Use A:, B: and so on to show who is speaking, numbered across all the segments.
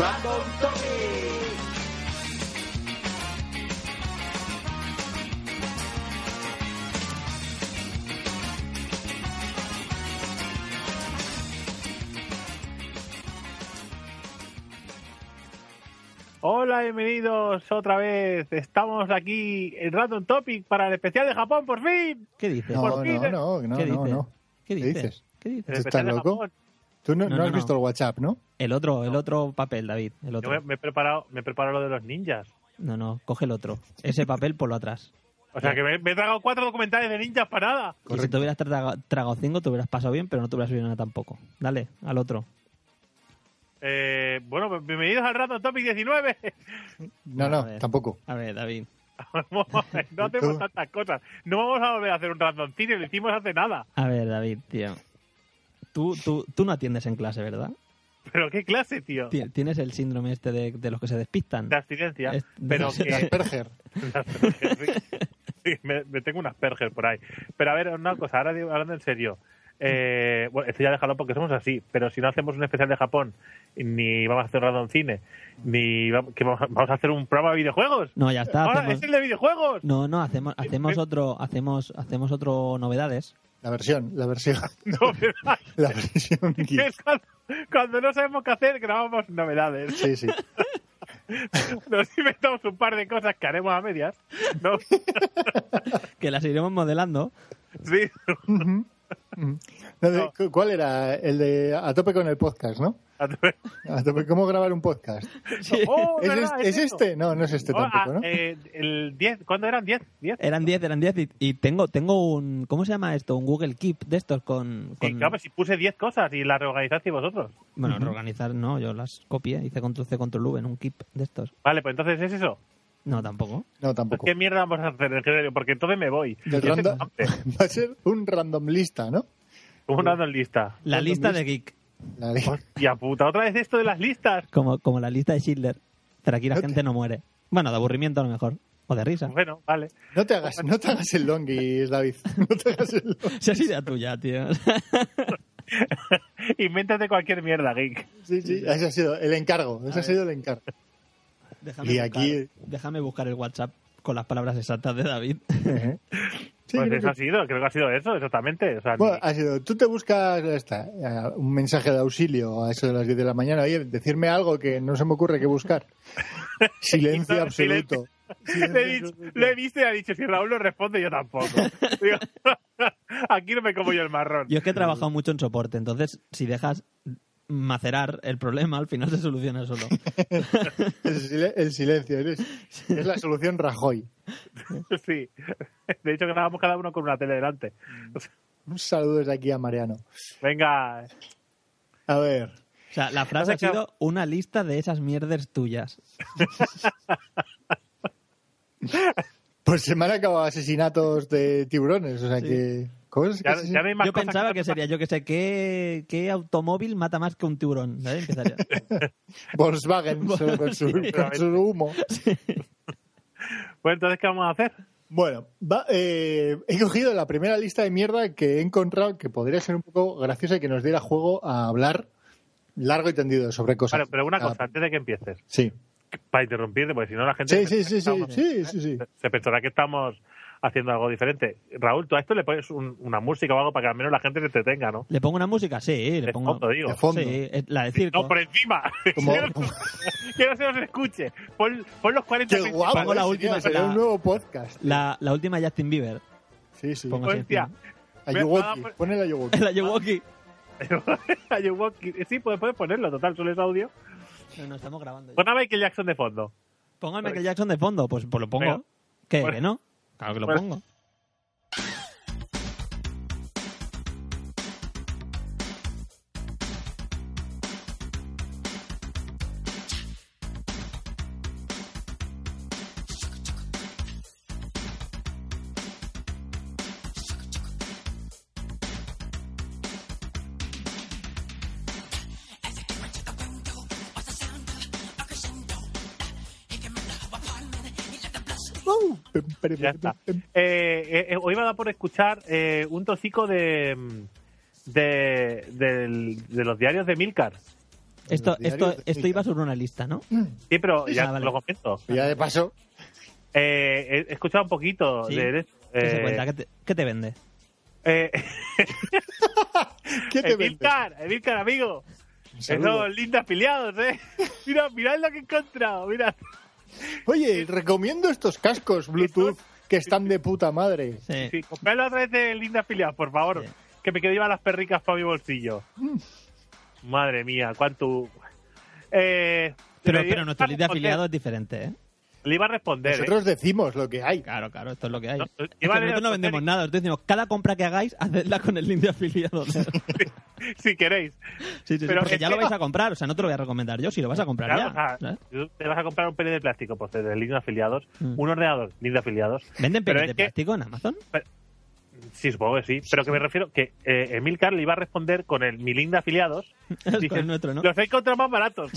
A: Random Topic.
B: Hola, bienvenidos otra vez. Estamos aquí en Random Topic para el especial de Japón, por fin.
C: ¿Qué dices?
B: Por
C: ¿Por
A: No,
B: fin,
A: no, no, no,
C: ¿Qué
A: no,
C: dices?
A: no. ¿Qué
C: ¿Qué dices?
A: dices?
C: ¿Qué dices?
B: El
A: ¿Tú
B: especial
A: estás
B: de
A: loco?
B: Japón.
A: Tú no,
C: No,
A: no
C: no,
A: has
C: no.
A: visto el WhatsApp, Eh, ¿no?
C: El otro, el otro papel, David. El
B: Yo
C: otro.
B: me, me he preparado, me he preparado lo de los ninjas.
C: No, no, coge el otro. Ese papel por lo atrás.
B: O sea que me, me he tragado cuatro documentales de ninjas para nada.
C: Y si te hubieras traga- tragado cinco, te hubieras pasado bien, pero no te hubieras subido nada tampoco. Dale, al otro.
B: Eh, bueno, pues bienvenidos al Random Topic 19.
A: No,
C: A
A: no,
C: ver.
A: tampoco.
C: A ver, David.
B: no hacemos tantas cosas. No vamos a volver a hacer un randomcine, lo hicimos hace nada.
C: A ver, David, tío. Tú, tú, tú no atiendes en clase, ¿verdad?
B: Pero qué clase, tío.
C: Ti- Tienes el síndrome este de, de los que se despistan.
B: De abstinencia.
C: Es-
B: Pero
C: de-
B: que...
A: Asperger.
B: Sí, me, me tengo unas perger por ahí. Pero a ver, una cosa, ahora digo- hablando en serio. Eh, bueno, esto ya déjalo porque somos así, pero si no hacemos un especial de Japón, ni vamos a hacer un cine, ni vamos, que vamos, a, vamos a hacer un programa de videojuegos.
C: No, ya
A: Ah,
C: está.
B: Ahora,
C: hacemos-
B: es el de videojuegos.
C: No, no, hacemos, hacemos otro, hacemos, hacemos otro novedades.
A: La versión, la versión.
B: No, ¿verdad?
A: La versión. geek.
B: Es cuando, cuando no sabemos qué hacer, grabamos novedades.
A: Sí, sí.
B: Nos inventamos un par de cosas que haremos a medias. ¿no?
C: Que las iremos modelando.
B: Sí,
A: Ujú. Ujú. No, de- cu- ¿Cuál era? El de a tope con el podcast, ¿no?
B: a través-
A: A tope, ¿Cómo grabar un podcast?
C: Sí.
B: Oh,
A: ¿Es,
B: ¿verdad?
A: es- es
B: eso.
A: este? No, no es este
B: Oh, ah,
A: tampoco, ¿no?
B: eh, el 10, ¿cuándo eran? ¿10? ¿10?
C: Eran 10, eran 10 y, y tengo tengo un ¿cómo se llama esto? Un Google Keep de estos con,
B: Sí,
C: con-
B: claro, pues si puse 10 cosas y las reorganizasteis vosotros.
C: bueno, reorganizar no, yo las copié, hice control C control V en un Keep de estos.
B: Vale, pues entonces es eso.
C: No, tampoco.
A: No,
B: Pues,
A: tampoco.
B: ¿Qué mierda vamos a hacer en general? Porque entonces me voy.
A: Del
B: Ya
A: random-
B: tengo hambre.
A: Va a ser un random lista, ¿no?
B: Como una dos lista.
C: La
A: Random
C: lista
A: list.
C: de geek,
A: La de-
B: Hostia puta, otra vez esto de las listas.
C: como como la lista de Schindler, pero aquí la
A: No te-
C: gente no muere. Bueno, de aburrimiento a lo mejor o de risa.
B: Bueno, vale.
A: No te hagas, no te hagas el longis, David. No te hagas el longuis.
C: Si es idea tuya, tío.
B: Invéntate cualquier mierda, geek.
A: Sí, sí, ese ha sido el encargo. Ese ha sido el encargo.
C: Déjame
A: Y
C: buscar-
A: aquí-
C: déjame buscar el WhatsApp con las palabras exactas de David.
A: Sí,
B: pues
A: creo
B: eso
A: que-
B: ha sido, creo que ha sido eso, exactamente. O sea,
A: Bueno,
B: ni-
A: ha sido, tú te buscas ya está, eh, un mensaje de auxilio a eso de las 10 de la mañana. Oye, decirme algo que no se me ocurre que buscar. Silencio absoluto.
B: le, he dicho- le he visto y ha dicho, si Raúl no responde, yo tampoco. Digo, aquí no me como yo el marrón.
C: Yo es que he trabajado mucho en soporte, entonces si dejas macerar el problema, al final se soluciona solo.
A: El, sile- el silencio. eres- es la solución Rajoy.
B: Sí. De hecho, grabamos cada uno con una tele delante.
A: Un saludo desde aquí a Mariano.
B: Venga,
A: A ver,
C: O sea, la frase ha sido una lista de esas mierdes tuyas.
A: pues se me han acabado asesinatos de tiburones. O sea
C: Sí.
A: que. Cosas que
B: ya,
A: se-
B: ya no hay más
C: Yo
B: cosas
C: pensaba que
B: hacer.
C: sería, yo que sé, ¿qué, qué automóvil mata más que un tiburón? ¿Vale? Empezaría.
A: Volkswagen solo con su,
C: Sí.
A: con su humo.
B: Pues entonces, ¿qué vamos a hacer?
A: Bueno, va- eh, he cogido la primera lista de mierda que he encontrado que podría ser un poco graciosa y que nos diera juego a hablar largo y tendido sobre cosas.
B: Vale, pero una
A: Ah,
B: cosa, antes de que empieces,
A: Sí.
B: para interrumpirte, porque si no la
A: Sí,
B: gente se,
A: sí, sí, sí,
B: pensará-
A: sí, sí, sí.
B: se pensará que estamos haciendo algo diferente. Raúl, tú a esto le pones un- una música o algo para que al menos la gente se entretenga, ¿no?
C: ¿Le pongo una música? Sí, le
B: De
C: pongo.
B: fondo, digo.
A: De fondo.
C: Sí, es la de circo.
B: No, por encima.
A: Como-
B: que, no, que no se nos escuche. Pon, pon los 40
A: Qué guapo.
C: Pongo la
A: ¿eh?
C: última,
A: Sería
C: la-
A: un nuevo podcast.
C: La, la última de Justin Bieber.
A: Sí, sí.
C: Pongo-
B: Hostia.
A: A
B: Ve-
A: Yuwoki.
B: ah,
A: Ponle a Yuwoki.
C: La Yowoki.
B: I walk in- sí, puedes, puedes ponerlo, total, solo es audio.
C: No, no, estamos grabando. ya.
B: Pon a Michael Jackson de fondo.
C: Pongo el Michael Jackson de fondo. Pues, pues lo pongo.
B: Venga.
C: ¿Qué?
B: Bueno.
C: ¿Que no? Claro que lo
B: Bueno.
C: pongo.
A: Uh, pem, pem,
B: Ya
A: pem,
B: está.
A: pem.
B: Eh, eh, eh, hoy me ha dado por escuchar eh, un tocico de, de, del- de los diarios de Milcar.
A: en
C: Esto,
A: los diarios
C: esto,
A: de
C: esto
A: cita.
C: iba sobre una lista, ¿no?
B: Sí, pero
C: Sí,
B: ya
C: ah, vale.
B: lo comento.
A: Y ya de paso,
B: Eh, he he escuchado un poquito
C: Sí.
B: de esto.
C: ¿Qué se
B: Eh,
C: cuenta? ¿Qué te, qué te vende?
B: eh,
C: Este
A: ¿qué te vende?
B: Emilcar, Emilcar, amigo.
A: Un saludo.
B: Esos lindos afiliados, ¿eh? Mira, mirad lo que he encontrado, mirad.
A: Oye, recomiendo estos cascos Bluetooth que están de puta madre.
C: Sí.
B: Sí, compradlo a través de lindas afiliados, por favor.
C: Sí.
B: Que me quedo iba las perricas para mi bolsillo.
C: Mm.
B: Madre mía, cuánto. Eh,
C: Pero,
B: le iba
C: pero nuestro
B: a
C: lead de
B: responder-
C: afiliado es diferente, ¿eh?
B: Le iba a responder. ¿eh?
A: Nosotros decimos lo que hay.
C: Claro, claro, esto es lo que hay.
B: No,
C: Es que
B: lleva el
C: Este nosotros no vendemos
B: esotérico.
C: nada, nosotros decimos, cada compra que hagáis, hacedla con el link de afiliado. Sí,
B: Si queréis.
C: sí, sí,
B: Pero
C: porque
B: es
C: ya
B: que-
C: lo vais a comprar, o sea, no te lo voy a recomendar yo, si lo vas a comprar
B: Claro,
C: ya.
B: o sea,
C: ¿sabes?
B: tú te vas a comprar un pene de plástico, pues de link de afiliados.
C: Mm.
B: Un ordenador, link de afiliados.
C: ¿Venden
B: pero
C: pelis
B: es
C: de
B: que-
C: plástico en Amazon?
B: Sí, supongo que sí. Pero que me refiero que eh, Emilcar le iba a responder con el mi link de afiliados.
C: Es
B: Dice,
C: con el nuestro, ¿no?
B: Los he encontrado más baratos.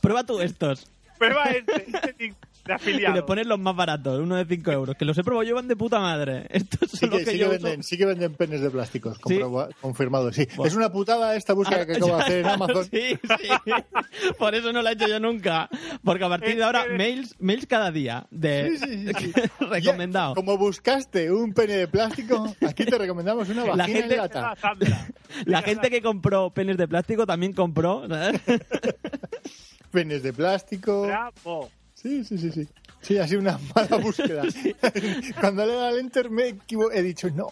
C: Prueba tú estos.
B: Prueba este, este link de
C: Y le
B: afiliados.
C: pones los más baratos, uno de 5 euros. Que los he probado yo, van de puta madre. Estos son
A: Sí
C: los
A: que,
C: que
A: sí, que
C: yo uso.
A: venden, sí que venden penes de plásticos,
C: Sí.
A: comproba- confirmado. Sí.
C: Buah.
A: Es una putada esta búsqueda que
C: Ah,
A: acabo de
C: ya,
A: hacer en
C: claro,
A: Amazon.
C: Sí, sí. Por eso no la he hecho yo nunca. Porque a partir
B: Es
C: de ahora,
B: que-
C: mails, mails cada día. De...
A: Sí, sí, sí, sí.
C: Recomendado.
A: Ya, como buscaste un pene de plástico, aquí te recomendamos una vagina
C: gente-
A: en
B: Ah,
A: lata.
B: Sandra.
C: La gente que compró penes de plástico también compró. ¿sabes?
A: Penes de plástico.
B: Bravo.
A: Sí, sí, sí, sí. Sí, ha sido una mala búsqueda. Cuando le he dado al enter me he equivo- he dicho, no,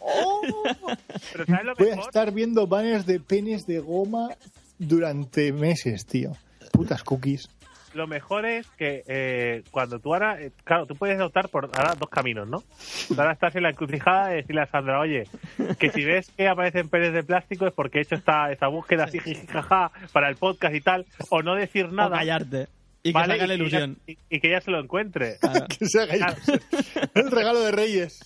B: Pero ¿sabes lo
A: voy a
B: mejor?
A: estar viendo banners de penes de goma durante meses, tío. Putas cookies.
B: Lo mejor es que eh, cuando tú ahora... eh, claro, tú puedes optar por ahora dos caminos, ¿no? Tú ahora estás en la encrucijada de decirle a Sandra, oye, que si ves que aparecen penes de plástico es porque he hecho esta, esta búsqueda así, jajaja, para el podcast y tal, o no decir
C: O
B: nada.
C: callarte. Y que
B: ¿vale?
C: saca la
B: Y que ella-
C: ilusión.
B: Y, y que ella se lo encuentre.
C: Claro.
A: Que se haga
B: Claro.
A: el regalo de Reyes.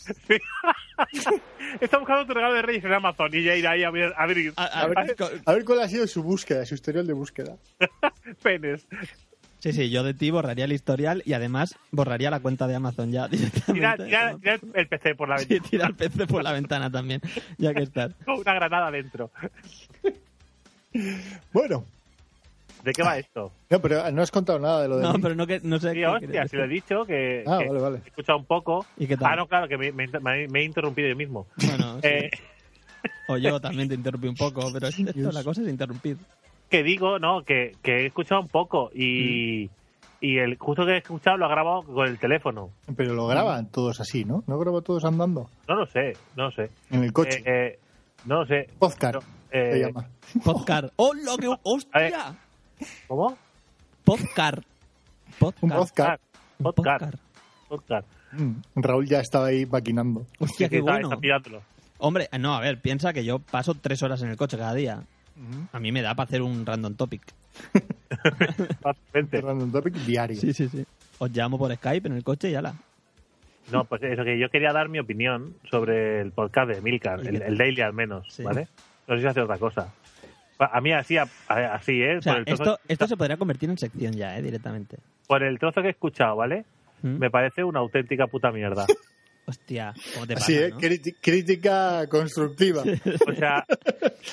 B: Está buscando tu regalo de Reyes en Amazon y ella irá ahí a ver- a abrir
C: A- a-
A: A ver,
C: co-
A: a ver cuál ha sido su búsqueda, su historial de búsqueda.
B: penes.
C: Sí, sí, yo de ti borraría el historial y además borraría la cuenta de Amazon ya
B: Tira,
C: directamente.
B: tira-
C: ¿no?
B: tira el- el PC por la
C: Sí,
B: ventana
C: tira el PC por la ventana también, ya que estás.
B: con una granada dentro.
A: Bueno,
B: ¿De qué va esto?
A: no, pero no has contado nada de lo de
C: No,
A: mí.
C: pero no, que, no sé
B: Sí,
C: qué
B: hostia,
C: quieres
B: si lo he dicho, que,
A: Ah,
B: que
A: vale, vale.
B: he escuchado un poco.
C: ¿Y qué tal?
B: Ah, no, claro, que me, me- me- me he interrumpido yo mismo.
C: decir. Bueno, sí.
B: Eh,
C: O yo también te interrumpí un poco, pero esto, esto, la cosa es interrumpir.
A: Oh.
B: que digo, no, que, que he escuchado un poco
C: Mm.
B: y, y el justo que he escuchado lo ha grabado con el teléfono.
A: Pero lo graban todos así, ¿no? No grabo todos andando
B: No lo sé, no lo sé.
A: en el coche.
B: Eh, eh, no lo sé.
A: Podcast.
B: no, eh,
A: se llama.
C: Podcar. ¡Oh, lo que... ¡Hostia!
B: ¿Cómo?
C: Podcar.
A: Un
C: Podcar.
A: podcast.
C: Un
B: Podcast. Podcast.
A: Mm, Raúl ya estaba ahí maquinando.
C: Hostia,
B: Sí,
C: qué
B: está-
C: bueno.
B: está mirándolo.
C: Hombre, eh, no, a ver, piensa que yo paso tres horas en el coche cada día. A mí me da para hacer un random topic.
B: Fácilmente.
A: Random Topic diario.
C: sí, sí. Os llamo por Skype en el coche y ala.
B: No, pues eso, que yo quería dar mi opinión sobre el podcast de Milcar,
C: ¿Y
B: el,
C: qué
B: el daily al menos,
C: Sí.
B: ¿vale? No sé si hace otra cosa. A a mí así, a- a- así ¿eh?
C: O sea,
B: por, el trozo,
C: esto, esto se podría convertir en sección ya, ¿eh? Directamente.
B: por el trozo que he escuchado, ¿vale?
C: ¿Mm?
B: Me parece una auténtica puta mierda.
C: Hostia, ¿cómo te pasa,
A: Así, ¿eh?
C: no?
A: Criti- crítica constructiva.
B: O sea,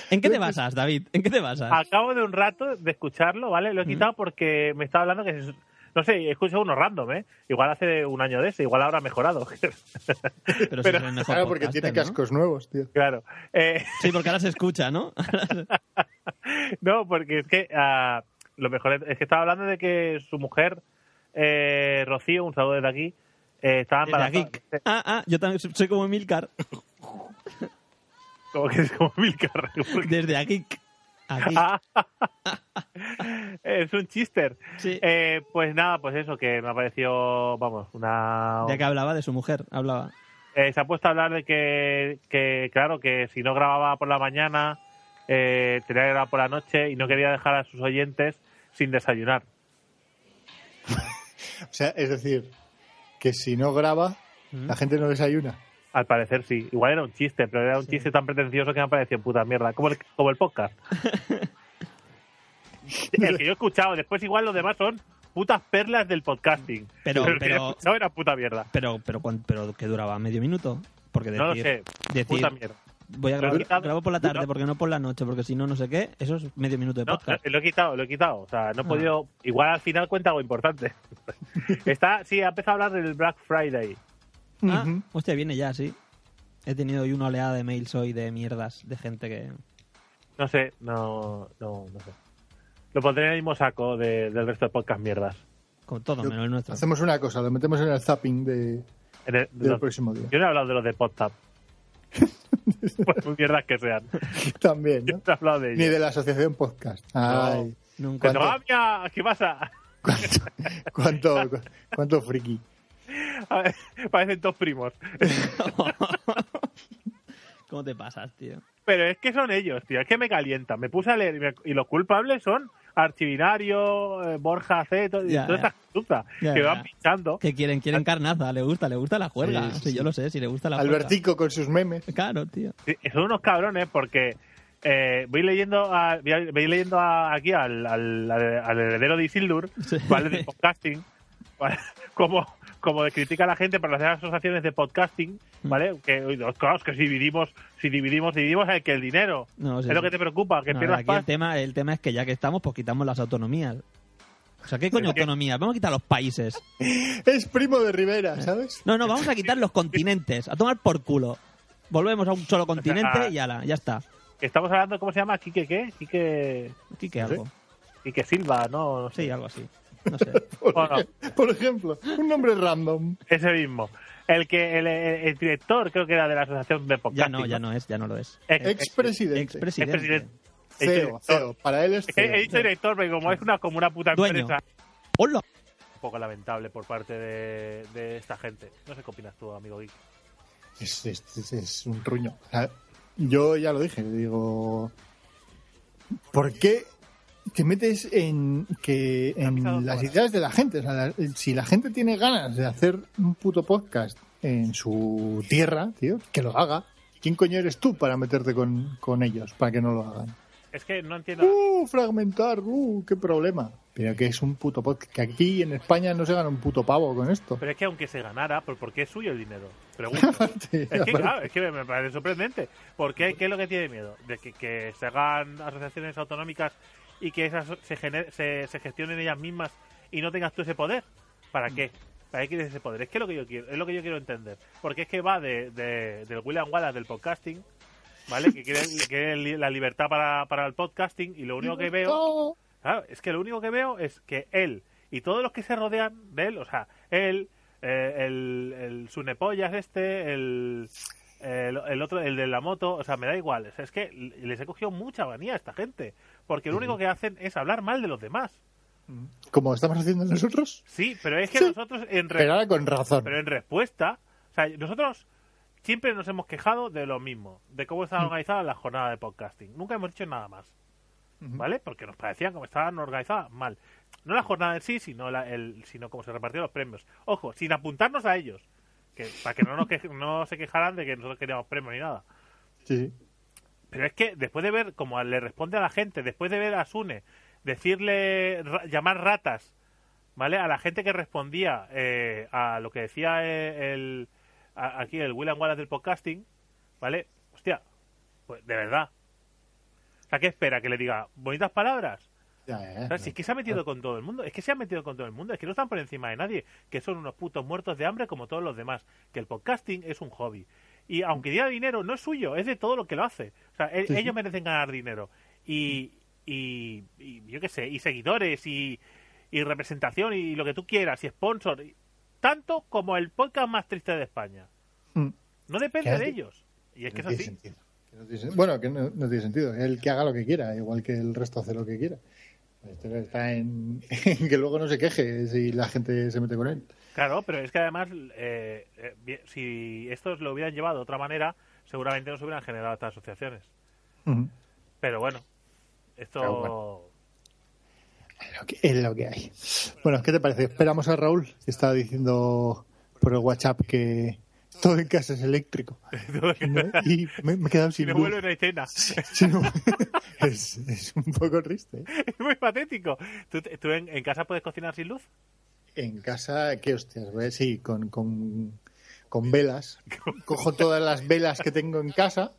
C: ¿En qué te basas, David? ¿En qué te basas?
B: al cabo de un rato de escucharlo, ¿vale? Lo he quitado porque me estaba hablando que... es- No sé, escucho uno random, ¿eh? Igual hace un año de ese, igual ahora ha mejorado.
C: Pero, si
B: pero-
C: es el mejor
A: Claro, porque
C: podcaster,
A: tiene
C: ¿no?
A: cascos nuevos, tío.
B: claro. Eh,
C: Sí, porque ahora se escucha, ¿no?
B: Ah, No, porque es que ah, lo mejor es, es que estaba hablando de que su mujer, eh, Rocío, un saludo desde aquí, eh, estaba
C: Desde
B: embarazada.
C: aquí. Ah, ah, yo también soy como Milcar.
B: Como que es como mil carros.
C: Desde aquí. Aquí.
B: Ah, es un chister.
C: sí.
B: Eh, pues nada, pues eso, que me ha parecido, vamos, una...
C: Ya que hablaba de su mujer, hablaba.
B: Eh, se ha puesto a hablar de que, que, claro, que si no grababa por la mañana, eh, tenía que grabar por la noche y no quería dejar a sus oyentes sin desayunar.
A: O sea, es decir, que si no graba,
C: ¿Mm?
A: la gente no desayuna.
B: Al parecer sí. Igual era un chiste, pero era un
C: Sí.
B: chiste tan pretencioso que me ha parecido puta mierda. Como el, como el podcast. el que yo he escuchado. Después igual los demás son putas perlas del podcasting.
C: Pero-
B: el que yo
C: pero-
B: he escuchado era puta mierda.
C: Pero, pero, cuán- pero que duraba medio minuto. Porque decir,
B: No lo sé.
C: decir
B: Puta mierda.
C: Voy a
B: Lo he
C: grabar,
B: quitado.
C: grabo por la tarde,
B: No.
C: porque no por la noche, porque si no, no sé qué. Eso es medio minuto de
B: No,
C: podcast.
B: eh, lo he quitado, lo he quitado. O sea, no he
C: Ah.
B: podido. Igual al final cuenta algo importante. Está, sí, ha empezado a hablar del Black Friday.
C: Ah,
A: Ujú.
C: hostia, viene ya, sí. He tenido hoy una oleada de mails hoy de mierdas de gente que...
B: No sé, no, no, no sé. Lo pondré en el mismo saco de- del resto de podcast mierdas.
C: Con todo,
A: Yo-
C: menos el nuestro.
A: Hacemos una cosa, lo metemos en el zapping de,
B: En el-
A: del
B: los-
A: próximo día.
B: yo no he hablado de los de PodTap. Por muy mierdas que sean.
A: También,
B: Yo
A: ¿no?
B: no he hablado de
A: Ni
B: ellos.
A: de la asociación podcast. Ay,
C: Nunca.
B: ¡Que no había! "Ah, ¿Qué pasa?
A: cuánto, cuánto, cu- cuánto friki.
B: A ver, Parecen dos primos.
C: ¿Cómo te pasas, tío?
B: Pero es que son ellos, tío. Es que me calientan. Me puse a leer y, me- y los culpables son Archivinario, eh, Borja C, todo, y
C: Ya,
B: todas
C: ya.
B: estas conductas
C: Ya,
B: que
C: ya.
B: van pinchando.
C: Que quieren, quieren carnaza, le gusta, le gusta la juerga.
A: Sí,
C: Sí,
A: sí, sí.
C: yo lo sé, si le gusta la juerga.
A: Albertico con sus memes.
C: Claro, tío.
B: Sí, Son unos cabrones porque eh, voy leyendo a- voy a- voy leyendo a- aquí al, al, al- al heredero de Isildur,
C: Sí.
B: ¿vale? De podcasting, ¿vale? Como, como critica a la gente para hacer asociaciones de podcasting,
C: Mm.
B: ¿vale? Que, uy, los- claro, es que si dividimos, si dividimos, dividimos, hay que el dinero.
C: No, sí,
B: es lo
C: sí.
B: que te preocupa, que
C: No,
B: pierdas
C: aquí el
B: paz.
C: tema, el tema es que ya que estamos, pues quitamos las autonomías. O sea, ¿qué coño
B: Es que-
C: autonomías? Vamos a quitar los países.
A: Es primo de Rivera, ¿sabes?
C: No, no, vamos a quitar los continentes. A tomar por culo. Volvemos a un solo continente
B: Ah.
C: y ala, ya está.
B: Que Estamos hablando, ¿cómo se llama? Quique, ¿qué? Quique,
C: Aquí que algo.
B: Quique Silva, ¿no? No sé.
C: Sí, algo así. No sé.
A: Por,
B: Bueno.
A: ej- por ejemplo, un nombre random.
B: Ese mismo. El que el, el- el director creo que era de la asociación de
C: Ya
B: podcasting.
C: no, ya no es, ya no lo es.
B: Ex-
A: Expresidente.
C: Expresidente.
B: Expresidente.
A: CEO, CEO. Para él es
B: Es que He
A: CEO.
B: dicho director, pero Eh, como es una como una puta
C: Dueño.
B: empresa,
C: ¡Hola!
B: un poco lamentable por parte de, de esta gente. No sé qué opinas tú, amigo Geek.
A: Es, es- es- es un truño. O sea, yo ya lo dije, digo. ¿Por qué te metes en, que,
B: pisado
A: en las
B: bolas.
A: ideas de la gente? O sea, la- si la gente tiene ganas de hacer un puto podcast en su tierra, tío, que lo haga. ¿Quién coño eres tú para meterte con, con ellos, para que no lo hagan?
B: Es que no entiendo.
A: ¡Uh, fragmentar! ¡Uh, qué problema! Pero que es un puto podcast, que aquí en España no se gana un puto pavo con esto.
B: Pero es que aunque se ganara, ¿por, por qué es suyo el dinero? Pregunto.
A: Sí,
B: Es que,
A: aparte.
B: claro, es que me- me parece sorprendente. ¿Por qué, ¿Qué es lo que tiene miedo? ¿De que, que se hagan asociaciones autonómicas y que esas se, gener- se, se gestionen ellas mismas y no tengas tú ese poder? ¿Para qué? ¿Para qué quieres ese poder? Es que es lo que yo quiero, es lo que yo quiero entender. Porque es que va de, de- del William Wallace del podcasting, ¿vale? Que quiere, que quiere li- la libertad para, para el podcasting y lo único que veo...
A: ¡Oh!
B: Claro, es que lo único que veo es que él y todos los que se rodean de él, o sea, él, eh, el, el sunepollas este, el, el, el otro, el de la moto, o sea, me da igual. O sea, es que les he cogido mucha manía a esta gente, porque lo único que hacen es hablar mal de los demás.
A: Como estamos haciendo nosotros.
B: Sí, pero es que
A: Sí.
B: nosotros en re-
A: Pero ahora con razón.
B: pero en respuesta, o sea, nosotros siempre nos hemos quejado de lo mismo, de cómo estaban organizadas las jornadas de podcasting. Nunca hemos dicho nada más.
A: Ujú.
B: ¿Vale? Porque nos parecían como estaban organizadas mal. No la jornada en sí, sino, la- el, sino cómo se repartían los premios. Ojo, sin apuntarnos a ellos. Que, para que no, nos que, no se quejaran de que nosotros queríamos premios ni nada.
A: Sí, sí.
B: Pero es que después de ver cómo le responde a la gente, después de ver a Sune decirle, ra- llamar ratas, ¿vale? A la gente que respondía eh, a lo que decía eh, el, a- aquí el William Wallace del podcasting, ¿vale? Hostia, pues de verdad. O sea, ¿qué espera? Que le diga bonitas palabras.
A: Ya, ya,
B: O
A: ya.
B: sea, si es que se ha metido con todo el mundo, es que se ha metido con todo el mundo, es que no están por encima de nadie, que son unos putos muertos de hambre como todos los demás, que el podcasting es un hobby. Y aunque diga dinero, no es suyo, es de todo lo que lo hace. O sea, e-
A: Sí, sí.
B: ellos merecen ganar dinero. Y, y, y yo qué sé, y seguidores, y, y representación, y lo que tú quieras, y sponsor, y- tanto como el podcast más triste de España.
A: Mm.
B: No depende
A: ¿Qué
B: de
A: hace?
B: ellos. Y es
A: Que
B: que
A: no
B: es
A: tiene
B: así.
A: sentido. Que no tiene sen- Bueno, que no, no tiene sentido. Él que haga lo que quiera, igual que el resto hace lo que quiera. Esto está en, en que luego no se queje si la gente se mete con él.
B: Claro, pero es que además, eh, eh, bien- si estos lo hubieran llevado de otra manera, seguramente no se hubieran generado estas asociaciones.
A: Ujú.
B: Pero bueno, esto.
A: Pero Lo que- es lo que hay. Bueno, ¿qué te parece? Esperamos a Raúl, que estaba diciendo por el WhatsApp que todo en casa es eléctrico. Y me, me he quedado
B: si
A: sin
B: no
A: luz.
B: vuelve una escena,
A: Sin luz. es, es un poco triste. ¿eh?
B: es muy patético. ¿Tú, tú en, en casa puedes cocinar sin luz?
A: En casa, qué hostias, ¿ves? sí, con, con, con velas. Cojo todas las velas que tengo en casa,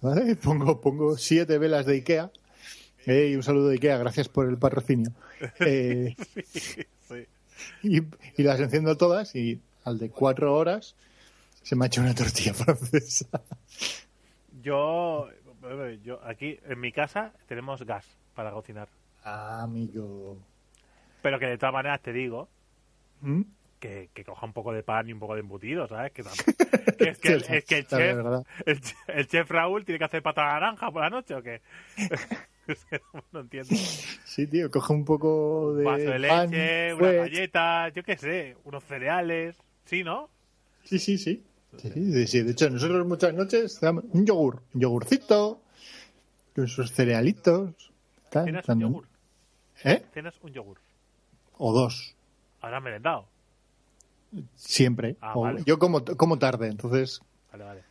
A: ¿vale? Pongo, pongo siete velas de Ikea. Eh, y un saludo de Ikea, gracias por el patrocinio. Eh,
B: Sí.
A: y, y las enciendo todas y al de cuatro horas se me ha hecho una tortilla francesa.
B: Yo, bueno, yo aquí en mi casa tenemos gas para cocinar.
A: Ah, amigo.
B: Pero que de todas maneras te digo
A: ¿Mm?
B: que, que coja un poco de pan y un poco de embutido, ¿sabes? Que, tam- que es que, el- es que el,
A: La
B: chef,
A: verdad.
B: el, che- el chef Raúl tiene que hacer pata a la naranja por la noche o qué. Es que no- no entiendo.
A: Sí, tío, coge un poco de
B: Un vaso de
A: pan,
B: leche, una
A: pues,
B: galleta, yo qué sé, unos cereales. Sí, ¿no?
A: Sí, sí, sí. Sí, sí, sí. De hecho, nosotros muchas noches damos un yogur, un yogurcito, con sus cerealitos. tal,
B: Tienes un
A: también.
B: yogur.
A: ¿Eh?
B: Tienes un yogur.
A: O dos,
B: Ahora has merendado.
A: siempre.
B: Ah,
A: O-
B: vale.
A: Yo como, como tarde, entonces
B: Vale, vale,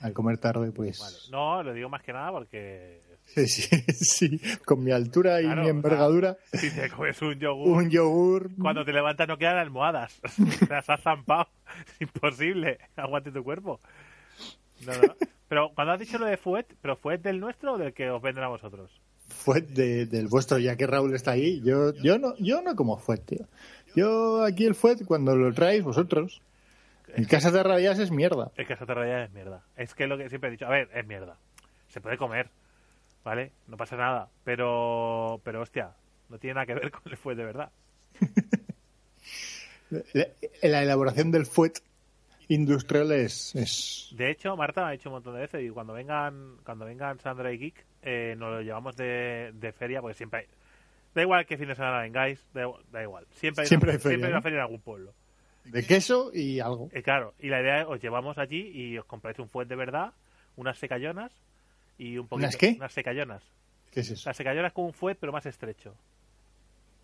A: al comer tarde, pues.
B: vale. No, lo digo más que nada porque
A: Sí, sí, sí. Con mi altura y
B: Claro,
A: mi envergadura,
B: si te comes un yogur,
A: un yogur.
B: cuando te levantas no quedan almohadas. Las has zampado. Es imposible. Aguante tu cuerpo. No, no. Pero cuando has dicho lo de Fuet, ¿pero Fuet del nuestro o del que os venden a vosotros?
A: Fue de- del vuestro, ya que Raúl está ahí. Yo, yo no, yo no como fue, tío. Yo aquí el fue cuando lo traéis vosotros.
B: Eh.
A: En casa de rabias es mierda.
B: Es que esa realidad es mierda. Es que es lo que siempre he dicho. A ver, es mierda. Se puede comer, ¿vale? No pasa nada. Pero, pero hostia, no tiene nada que ver con el fuet de verdad.
A: La, la elaboración del fuet industrial es, es-
B: De hecho, Marta me ha dicho un montón de veces, y cuando vengan, cuando vengan Sandra y Geek, eh, nos lo llevamos de, de feria, porque siempre hay... Da igual qué fin de semana vengáis, da, igu- da igual. Siempre hay,
A: Siempre
B: una,
A: hay feria,
B: siempre hay
A: ¿no?
B: una feria en algún pueblo.
A: de queso y algo.
B: Eh, claro, y la idea es os llevamos allí y os compráis un fuet de verdad, unas secallonas y un poquito...
A: ¿Unas qué?
B: Unas secallonas.
A: ¿Qué es eso?
B: La secallona es como un fuet, pero más estrecho.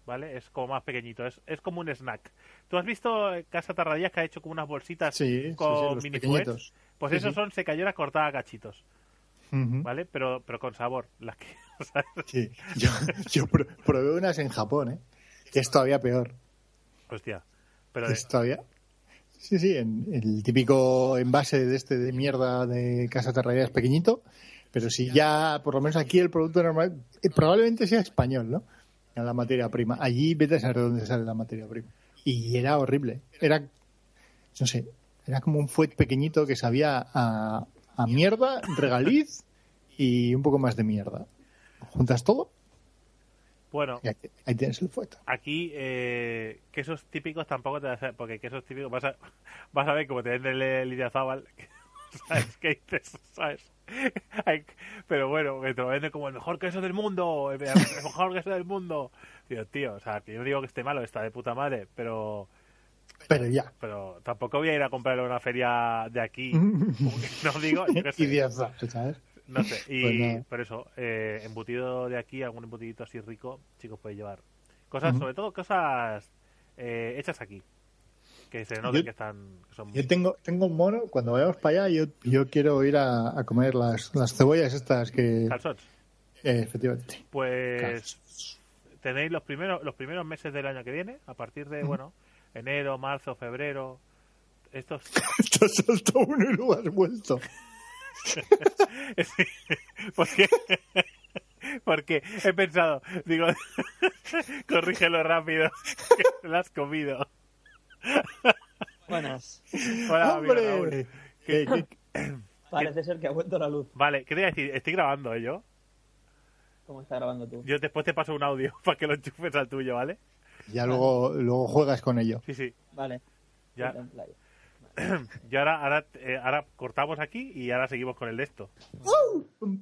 B: ¿Vale? Es como más pequeñito. Es, es como un snack. ¿Tú has visto eh, Casa Tarradillas que ha hecho como unas bolsitas?
A: Sí, sí, sí,
B: Ah, con
A: los
B: mini
A: pequeñitos.
B: Pues
A: Sí,
B: esos
A: sí.
B: son secallonas cortadas a cachitos.
A: Ujú.
B: ¿Vale? Pero, pero con sabor. Las que, o sea,
A: Sí. Yo, yo pro- probé unas en Japón, ¿eh? que es todavía peor.
B: hostia. Pero
A: que
B: de-
A: es todavía... Sí, sí, en, el típico envase de este de mierda de Casa Terraría es pequeñito, pero si ya, por lo menos aquí el producto normal, eh, probablemente sea español, ¿no? La materia prima. Allí vete a saber dónde sale la materia prima. Y era horrible. Era, no sé, era como un fuet pequeñito que sabía a, a mierda, regaliz y un poco más de mierda. Juntas todo
B: bueno,
A: y ahí, ahí tienes el fuet.
B: aquí eh, quesos típicos tampoco te vas a... Porque quesos típicos vas a, vas a ver como te venden el Idiazábal. ¿Sabes qué dices? ¿Sabes? Ay, Pero bueno, que te lo venden como el mejor queso del mundo. El mejor queso del mundo. Tío, tío, o sea, que yo no digo que esté malo, está de puta madre, pero...
A: Pero ya.
B: Pero tampoco voy a ir a comprarlo en una feria de aquí. No digo, yo qué sé.
A: Y diez, ¿sabes?
B: No sé, y
A: Pues nada.
B: por eso, eh, embutido de aquí, algún embutidito así rico, chicos, puede llevar. Cosas, sobre todo cosas eh, hechas aquí. Que se noten
A: Yo-
B: que están. que son-
A: Yo tengo, tengo un mono, cuando vayamos para allá, yo, yo quiero ir a, a comer las, las cebollas estas que...
B: calzots.
A: eh, efectivamente.
B: Pues tenéis los primeros, los primeros meses del año que viene, a partir de, bueno, enero, marzo, febrero. Estos.
A: Te has saltado uno y luego has vuelto.
B: Porque. Porque he pensado, digo, corrígelo rápido, que lo has comido.
D: Buenas.
C: Ah,
B: Hola, amigo Raúl.
A: ¡Hombre! Eh, que-
D: Parece ser que ha vuelto la luz.
B: Vale, ¿qué te iba a decir? Estoy grabando ¿eh, yo.
D: ¿Cómo está grabando tú?
B: Yo después te paso un audio para que lo enchufes al tuyo, ¿vale?
A: ya luego, luego juegas con ello.
B: Sí, sí.
D: Vale.
B: Ya.
D: Vuelta en playa.
B: Yo ahora, ahora, eh, ahora cortamos aquí y ahora seguimos con el de esto. Ahora,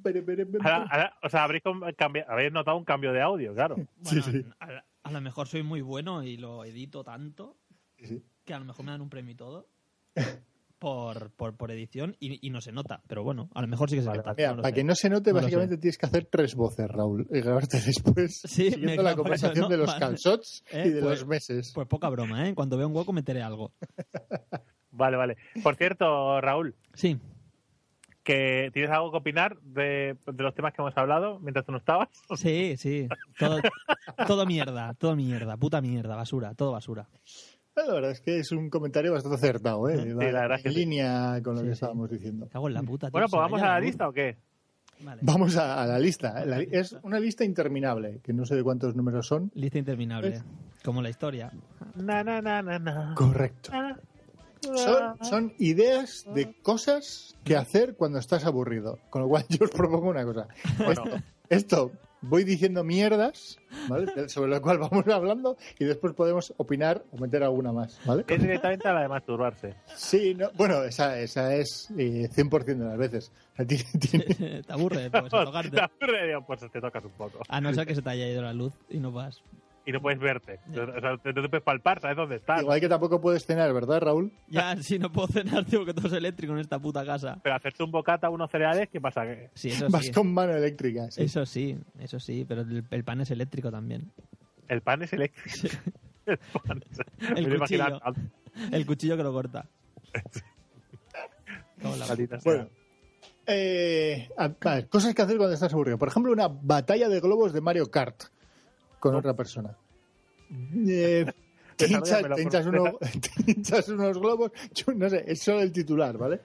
A: Sí,
B: ahora- o sea, habréis, com- cambi- habréis notado un cambio de audio, claro.
C: Bueno,
A: sí.
C: A, a lo mejor soy muy bueno y lo edito tanto
A: sí.
C: que a lo mejor me dan un premio y todo por, por, por edición y, y no se nota. Pero bueno, a lo mejor sí que se nota.
A: Mira,
C: no lo
A: para
C: sé.
A: que no se note,
C: No lo
A: básicamente tienes que hacer tres voces, Raúl, y grabarte después
C: Sí, me
A: siguiendo
C: claro,
A: la
C: por
A: conversación
C: eso, ¿no?
A: de los
C: Vale.
A: calzots
C: Eh,
A: y de
C: pues-
A: los meses.
C: Pues poca broma, ¿eh? En cuanto vea un hueco meteré algo.
B: Vale, vale. Por cierto, Raúl,
C: Sí.
B: que ¿tienes algo que opinar de, de los temas que hemos hablado mientras tú no estabas?
C: Sí, sí. Todo, todo mierda, todo mierda, puta mierda, basura, todo basura.
A: Ah, La verdad es que es un comentario bastante acertado, ¿eh?
B: la verdad es que
A: en
B: sí.
A: línea con lo
C: Sí,
A: que
C: sí.
A: estábamos diciendo.
C: Me Cago en la puta. tío,
B: Bueno,
C: se
B: pues
C: me
B: vamos
C: vaya
B: a la
C: luz.
B: lista o qué?
C: Vale.
A: Vamos a, a la lista. ¿eh? La- es una lista interminable, que no sé de cuántos números son.
C: Lista interminable. Como la historia.
B: Na, na, na, na, na.
A: Correcto.
B: Na, na.
A: Son, son ideas de cosas que hacer cuando estás aburrido. Con lo cual yo os propongo una cosa. Esto, esto, voy diciendo mierdas, ¿vale? Del- Sobre lo cual vamos hablando y después podemos opinar o meter alguna más, ¿vale?
C: Eh.
B: Es directamente a la de masturbarse.
A: Sí, no, bueno, esa, esa es eh, 100% de las veces. O sea, tiene- tiene-
C: te aburre, pues, a tocarte.
B: La realidad, pues te tocas un poco.
C: A no ser que se te haya ido la luz y no vas.
B: Y no puedes verte. O sea, te- no te puedes palpar, sabes dónde estás.
A: igual que tampoco puedes cenar, ¿verdad, Raúl?
C: Ya, si no puedo cenar, tío, que todo es eléctrico en esta puta casa.
B: Pero hacerte un bocata, unos cereales, ¿qué pasa? Que-
C: Sí, eso
A: Vas
C: sí.
A: con mano eléctrica. sí.
C: Eso sí, eso sí, pero el, el pan es eléctrico también.
B: El pan es eléctrico. El pan.
C: El
B: Me lo
C: cuchillo.
B: imagino al-
C: El cuchillo que lo corta. Cago en la
B: Maldita sea.
A: Bueno. Eh, a- a ver, cosas que hacer cuando estás aburrido. Por ejemplo, una batalla de globos de Mario Kart con otra persona. Eh, te, hinchas,
B: Desarróllamelo,
A: te hinchas
B: por-
A: uno- te hinchas unos globos. Yo no sé, es solo el titular, ¿vale?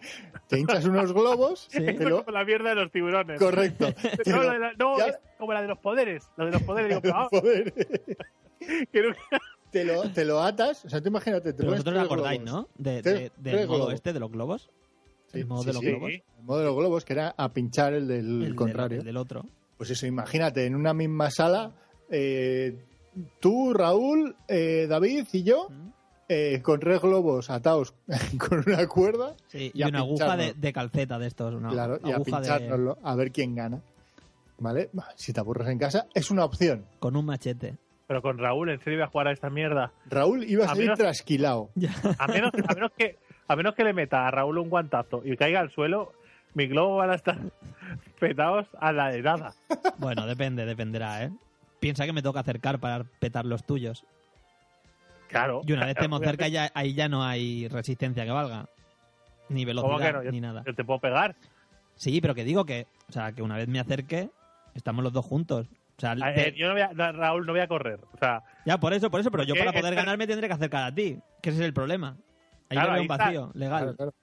A: Te hinchas unos globos. te
B: Esto es
A: lo-
B: como la mierda de los tiburones.
A: correcto. te
B: No,
A: lo-
B: la de la- no,
A: ya-
B: es como la de los poderes. La de los poderes. Digo, pero, ah,
A: joder,
B: que nunca-
A: te, lo, te lo atas. O sea, tú imagínate. Te
C: Pero
A: pones
C: vosotros os
A: tres
C: acordáis,
A: globos.
C: ¿no? De,
A: Tres-
C: de- del
A: tres
C: modo
A: globos.
C: este, de los globos.
A: Sí,
C: el modo
A: sí,
C: de los
A: sí.
C: globos.
A: El modo de los globos, que era a pinchar el del
C: del-
A: contrario.
C: el del otro.
A: Pues eso, imagínate, en una misma sala, eh, tú, Raúl, eh, David y yo,
C: ¿Mm?
A: eh, con tres globos atados con una cuerda,
C: Sí,
A: Y
C: y,
A: a
C: una aguja de,
A: pincharlo.
C: de calceta de estos. Una
A: claro, y a
C: aguja de,
A: pinchárnoslo, a ver quién gana. ¿Vale? Bah, Si te aburres en casa, es una opción.
C: con un machete.
B: pero con Raúl, ¿en serio iba a jugar a esta mierda?
A: Raúl iba a
B: A
A: salir
B: menos-
A: trasquilado.
B: A menos, a menos que a menos que le meta a Raúl un guantazo y caiga al suelo, mi globo van a estar petados a la de nada.
C: Bueno, depende, dependerá, ¿eh? Piensa que me toca acercar para petar los tuyos.
B: Claro.
C: Y una vez estemos cerca, ya, ahí ya no hay resistencia que valga. Ni
B: ¿Cómo que
C: velocidad,
B: no? Yo-
C: ni nada.
B: Yo te puedo pegar.
C: Sí, pero que digo que, o sea, que una vez me acerque, estamos los dos juntos. O sea,
B: A-
C: te-
B: eh, yo no voy a, no, Raúl, no voy a correr. O sea,
C: ya por eso, por eso, pero yo
B: Porque
C: para poder
B: esta-
C: ganar me tendré que acercar a ti, que ese es el problema. Ahí
B: Claro,
C: le veo
B: ahí
C: un
B: está.
C: vacío legal.
A: Claro, claro.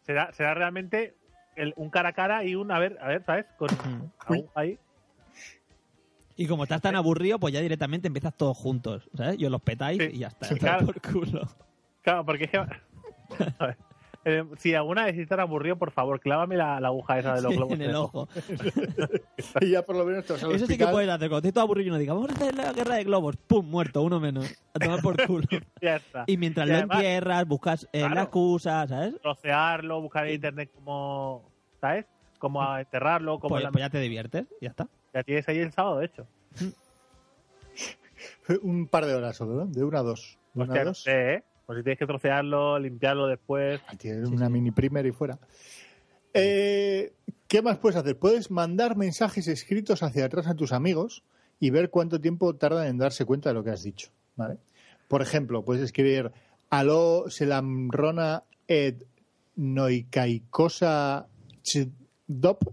B: será, será realmente el- un cara a cara y un a ver, a ver, ¿sabes? Con
C: Mm.
B: Raúl ahí.
C: Y como estás tan aburrido, pues ya directamente empiezas todos juntos, ¿sabes? Yo los petáis
B: Sí,
C: y ya está.
B: sí,
C: a tomar
B: claro.
C: por culo.
B: Claro, porque es que. A ver. Eh, si alguna vez estás aburrido, por favor, clávame la, la aguja esa de los
C: Sí,
B: globos.
C: en el ojo.
A: Y ya por lo menos te vas al
C: Eso sí que
A: hospital.
C: puedes hacer. Cuando estés todo aburrido y uno diga, vamos a hacer la guerra de globos. ¡Pum! Muerto, uno menos. A tomar por culo.
B: Ya está.
C: Y mientras
B: Y
C: lo
B: además-
C: entierras, buscas eh,
B: Claro.
C: la excusa, ¿sabes?
B: trocearlo, buscar en internet como, ¿sabes? Como a enterrarlo, como
C: Pues,
B: la-
C: pues ya te diviertes, ya está.
B: ya tienes ahí el sábado, de hecho.
A: Un par de horas solo, ¿no? De una a dos. De una
B: Hostia,
A: a
B: no
A: dos.
B: sé, ¿eh? Pues si tienes que trocearlo, limpiarlo después.
A: Tienes
C: Sí,
A: una
C: sí.
A: mini primer y fuera. Eh, ¿Qué más puedes hacer? Puedes mandar mensajes escritos hacia atrás a tus amigos y ver cuánto tiempo tardan en darse cuenta de lo que has dicho. ¿vale? Por ejemplo, puedes escribir Aló Selamrona et Noicaicosha Chdop.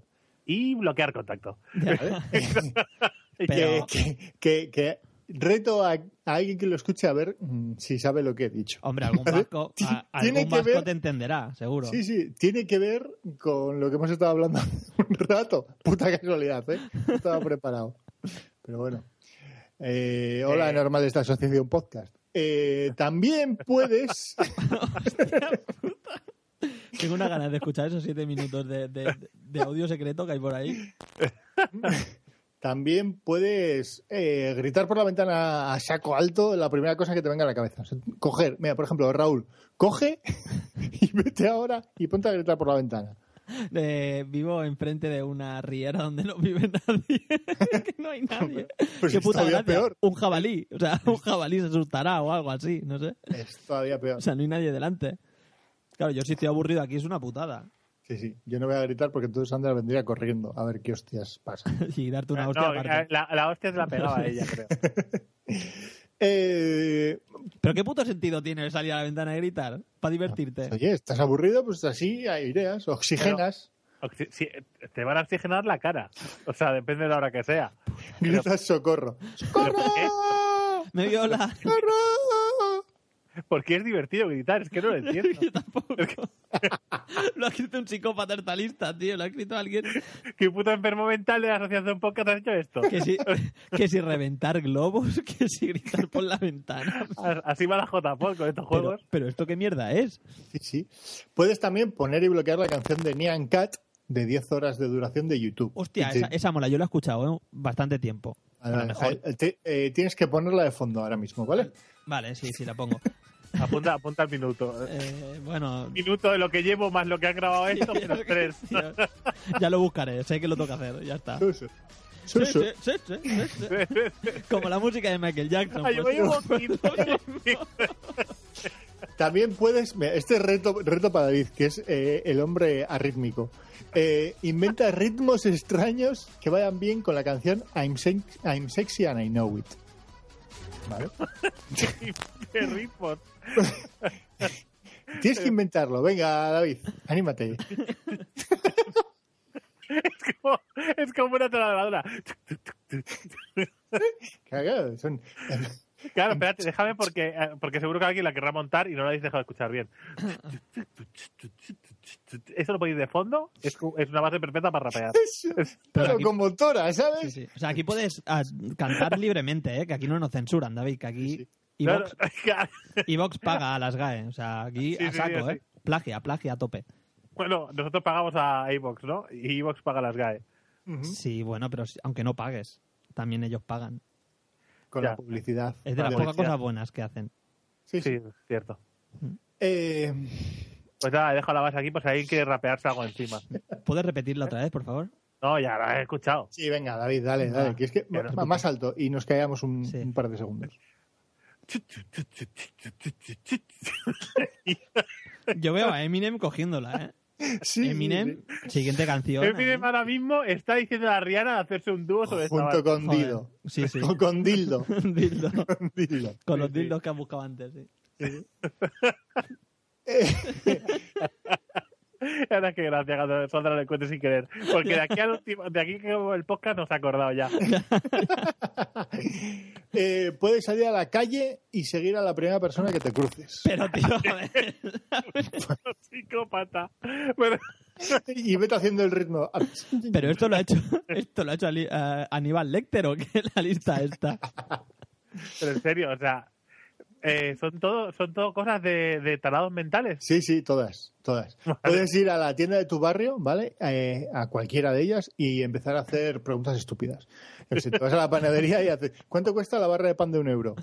B: Y bloquear contacto.
C: Pero-
A: Que, que- que reto a, a alguien que lo escuche a ver mm, si sabe lo que he dicho.
C: Hombre, algún vasco, a-
A: Tiene
C: algún
A: que
C: vasco
A: ver-
C: te entenderá, seguro.
A: Sí, sí, tiene que ver con lo que hemos estado hablando hace un rato. Puta casualidad, ¿eh? No estaba preparado. Pero bueno. Eh, hola,
B: Eh.
A: normal de esta asociación podcast. Eh, también puedes.
C: Tengo una ganas de escuchar esos siete minutos de, de- de audio secreto que hay por ahí.
A: También puedes eh, gritar por la ventana a saco alto la primera cosa que te venga a la cabeza. O sea, coger, mira, por ejemplo, Raúl, coge y vete ahora y ponte a gritar por la ventana.
C: De- vivo enfrente de una riera donde no vive nadie. que no hay nadie.
A: Pues
C: Qué
A: es
C: puta
A: todavía
C: gracia.
A: peor.
C: Un jabalí. O sea, un jabalí se asustará o algo así, no sé.
A: Es todavía peor.
C: O sea, no hay nadie delante. Claro, yo si estoy aburrido aquí es una putada.
A: Sí, sí. Yo no voy a gritar porque entonces Sandra vendría corriendo a ver qué hostias pasa.
C: Y darte
A: Ah,
C: una
B: No,
C: hostia
B: la,
C: aparte.
B: la hostia se la pegaba a ella, creo.
A: Eh,
C: Pero qué puto sentido tiene salir a la ventana y gritar para divertirte.
A: oye, ¿estás aburrido? Pues así aireas, oxigenas,
B: Oxi- sí, te van a oxigenar la cara. O sea, depende de la hora que sea.
A: gritas socorro. ¡Ah!
B: ¿Pero por qué?
A: ¡Socorro!
C: Me viola.
A: ¡Socorro!
B: Porque es divertido gritar, es que no lo entiendo.
C: Yo tampoco. lo ha escrito un psicópata esta lista, tío. Lo ha escrito alguien
B: ¿Qué puto enfermo mental de la asociación podcast ha hecho esto?
C: que si, que si reventar globos, que si gritar por la ventana.
B: As- Así va la JPOD con estos
C: Pero,
B: juegos.
C: pero esto qué mierda es.
A: Sí, sí. Puedes también poner y bloquear la canción de Neon Cat de 10 horas de duración de YouTube.
C: Hostia,
A: Y te-
C: esa, esa mola, yo la he escuchado ¿eh? bastante tiempo.
A: a-
C: A lo mejor.
A: a- te- Ah, eh, tienes que ponerla de fondo ahora mismo, ¿vale?
C: Vale, sí, sí, la pongo.
B: Apunta, apunta al minuto.
C: Eh, bueno.
B: Minuto de lo que llevo más lo que han grabado esto, menos tres.
C: Tío, ya lo buscaré, sé que lo toca hacer, ya está.
A: Susu.
C: Sí,
A: Susu.
C: sí, sí, sí, sí, sí. Como la música de Michael Jackson.
B: Ay,
C: pues.
B: llevo 15, llevo 15.
A: También puedes, mira, este reto, reto para David, que es eh, el hombre arrítmico. Eh, inventa ritmos extraños que vayan bien con la canción I'm, sex- I'm sexy and I know it. ¿Vale?
B: Qué ritmo.
A: Tienes que inventarlo. Venga, David, anímate.
B: Es como, es como una trabajadora.
A: Claro, son-
B: Claro, espérate, déjame porque, eh, porque seguro que alguien la querrá montar y no la habéis dejado escuchar bien. ¿Eso lo podéis de fondo? Es, cu- es una base perfecta para rapear.
A: es- pero
C: aquí-
A: con motora,
C: Sí,
A: ¿sabes?
C: sí. O sea, aquí puedes ah, cantar libremente, ¿eh? que aquí no nos censuran, David, que aquí Evox
B: Claro.
C: paga a las GAE. O sea, aquí
B: Sí,
C: a
B: sí,
C: saco,
B: sí,
C: ¿eh? Plagia, plagia a tope.
B: Bueno, nosotros pagamos a Evox, ¿no? Y Evox paga las GAE.
A: Ujú.
C: Sí, bueno, pero si- aunque no pagues, también ellos pagan.
A: Con
B: Ya.
A: la publicidad.
C: Es de las
A: Vale.
C: pocas cosas buenas que hacen.
A: Sí,
B: Sí,
A: sí.
B: es cierto.
A: Eh,
B: Pues nada, dejo la base aquí, pues ahí hay que rapearse algo encima.
C: ¿Puedes repetirla otra vez, por favor?
B: No, ya la he escuchado.
A: sí, venga, David, dale, dale. que es que
B: Pero-
A: ma- más alto y nos callamos un,
C: Sí.
A: un par de segundos.
C: Yo veo a Eminem cogiéndola, ¿eh?
A: Sí, sí,
C: Eminem,
A: sí.
C: siguiente canción.
B: Eminem
C: ¿eh?
B: ahora mismo está diciendo a Rihanna de hacerse un dúo sobre esta
A: Junto
B: banda.
A: con
C: Joder.
A: Dido.
C: Sí, sí.
A: O con Dildo.
C: Dildo.
A: Con Dildo.
C: Con
B: Sí,
C: los
B: sí.
C: dildos que has buscado antes, sí.
A: Eh,
B: Ahora que gracia cuando Sandra lo encuentre sin querer. Porque de aquí al último, de aquí que el podcast nos ha acordado ya.
A: Eh, puedes salir a la calle y seguir a la primera persona que te cruces.
C: Pero, tío, a ver.
B: Psicópata. Bueno,
A: Y vete haciendo el ritmo.
C: Pero esto lo ha hecho, esto lo ha hecho Ali- eh, Aníbal Lecter o qué la lista esta.
B: pero en serio, o sea, eh, son todo, son todo cosas de, de talados mentales.
A: Sí, sí, todas, todas. Puedes ir a la tienda de tu barrio, ¿vale? Eh, a cualquiera de ellas y empezar a hacer preguntas estúpidas. Es decir, te vas a la panadería y haces, ¿cuánto cuesta la barra de pan de un euro?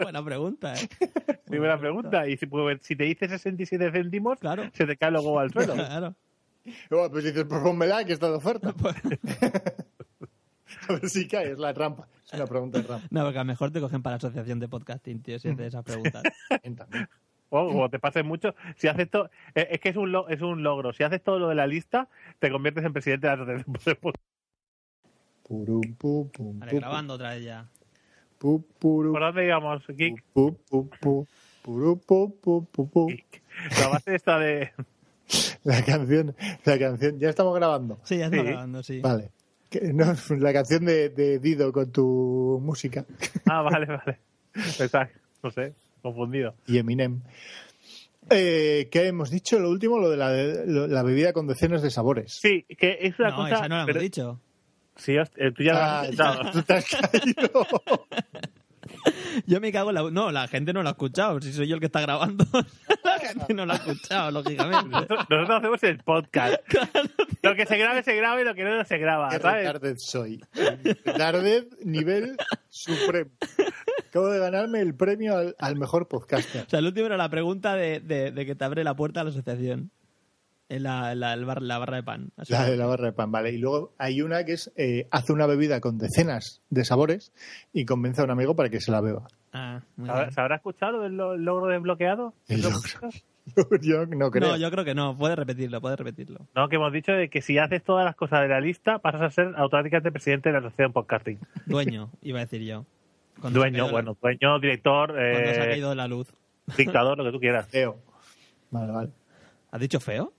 C: Buena pregunta, ¿eh?
B: Primera pregunta. Y si, puede- si te dice 67 céntimos,
C: Claro.
B: se te cae los huevos al suelo.
C: Claro.
A: Y bueno, pues dices, pues pónmela, que está de oferta.
C: Pues-
A: A ver si cae, es la trampa. Es una pregunta de trampa.
C: No, porque a lo mejor te cogen para la asociación de podcasting, tío, si haces esas preguntas.
A: También.
B: O, o te pases mucho. Si haces todo, eh, es que es un, lo- es un logro. Si haces todo lo de la lista, te conviertes en presidente de la Pues, asociación.
A: Purum, pu, pum,
C: Vale,
A: pu,
C: grabando otra vez ya.
A: pu, purum,
B: ¿Por dónde íbamos, Geek?
A: pu, pu, pu, puru, pu, pu, pu, pu.
B: Geek. La base esta de.
A: La canción, la canción, ya estamos grabando.
C: Sí, ya está
B: Sí.
C: grabando, sí.
A: Vale. Que no, la canción de, de Dido con tu música
B: Ah, vale, vale. Pensaba- no sé, confundido.
A: y Eminem. Eh, ¿Qué hemos dicho? Lo último, lo de la, lo- la bebida con decenas de sabores.
B: Sí, que es una
C: no,
B: cosa.
C: esa no la hemos
B: pero-
C: dicho.
B: Sí, host- eh, tú ya la
A: Ah,
B: has escuchado.
A: tú te has caído.
C: Yo me cago en la... No, la gente no la ha escuchado. Si soy yo el que está grabando, la gente no la ha escuchado, lógicamente.
B: Nosotros, nosotros hacemos el podcast. Lo que se grabe, se graba y lo que no, no se graba.
A: Qué
B: ¿sabes?
A: retarded soy. Retarded nivel supremo. Acabo de ganarme el premio al, al mejor podcaster.
C: O sea, el último era la pregunta de, de- de que te abre la puerta a la asociación. En la, en la- el bar- la barra de pan. Así.
A: La de la barra de pan, vale. Y luego hay una que es eh, hace una bebida con decenas de sabores y convence a un amigo para que se la beba.
C: Ah, muy
B: ¿Sabrá-
C: bien.
B: ¿Se habrá escuchado del lo- logro desbloqueado?
A: El logro. Yo no creo.
C: No, yo creo que no. Puedes repetirlo, puedes repetirlo.
B: No, que hemos dicho de que si haces todas las cosas de la lista, pasas a ser automáticamente presidente de la asociación podcasting.
C: Dueño, iba a decir yo. Cuando se ha
B: Dueño,
C: caído la-
B: bueno, dueño, director,
C: Cuando se ha
B: eh,
C: caído la luz.
B: dictador, lo que tú quieras.
A: Feo. Vale, vale.
C: ¿Has dicho feo?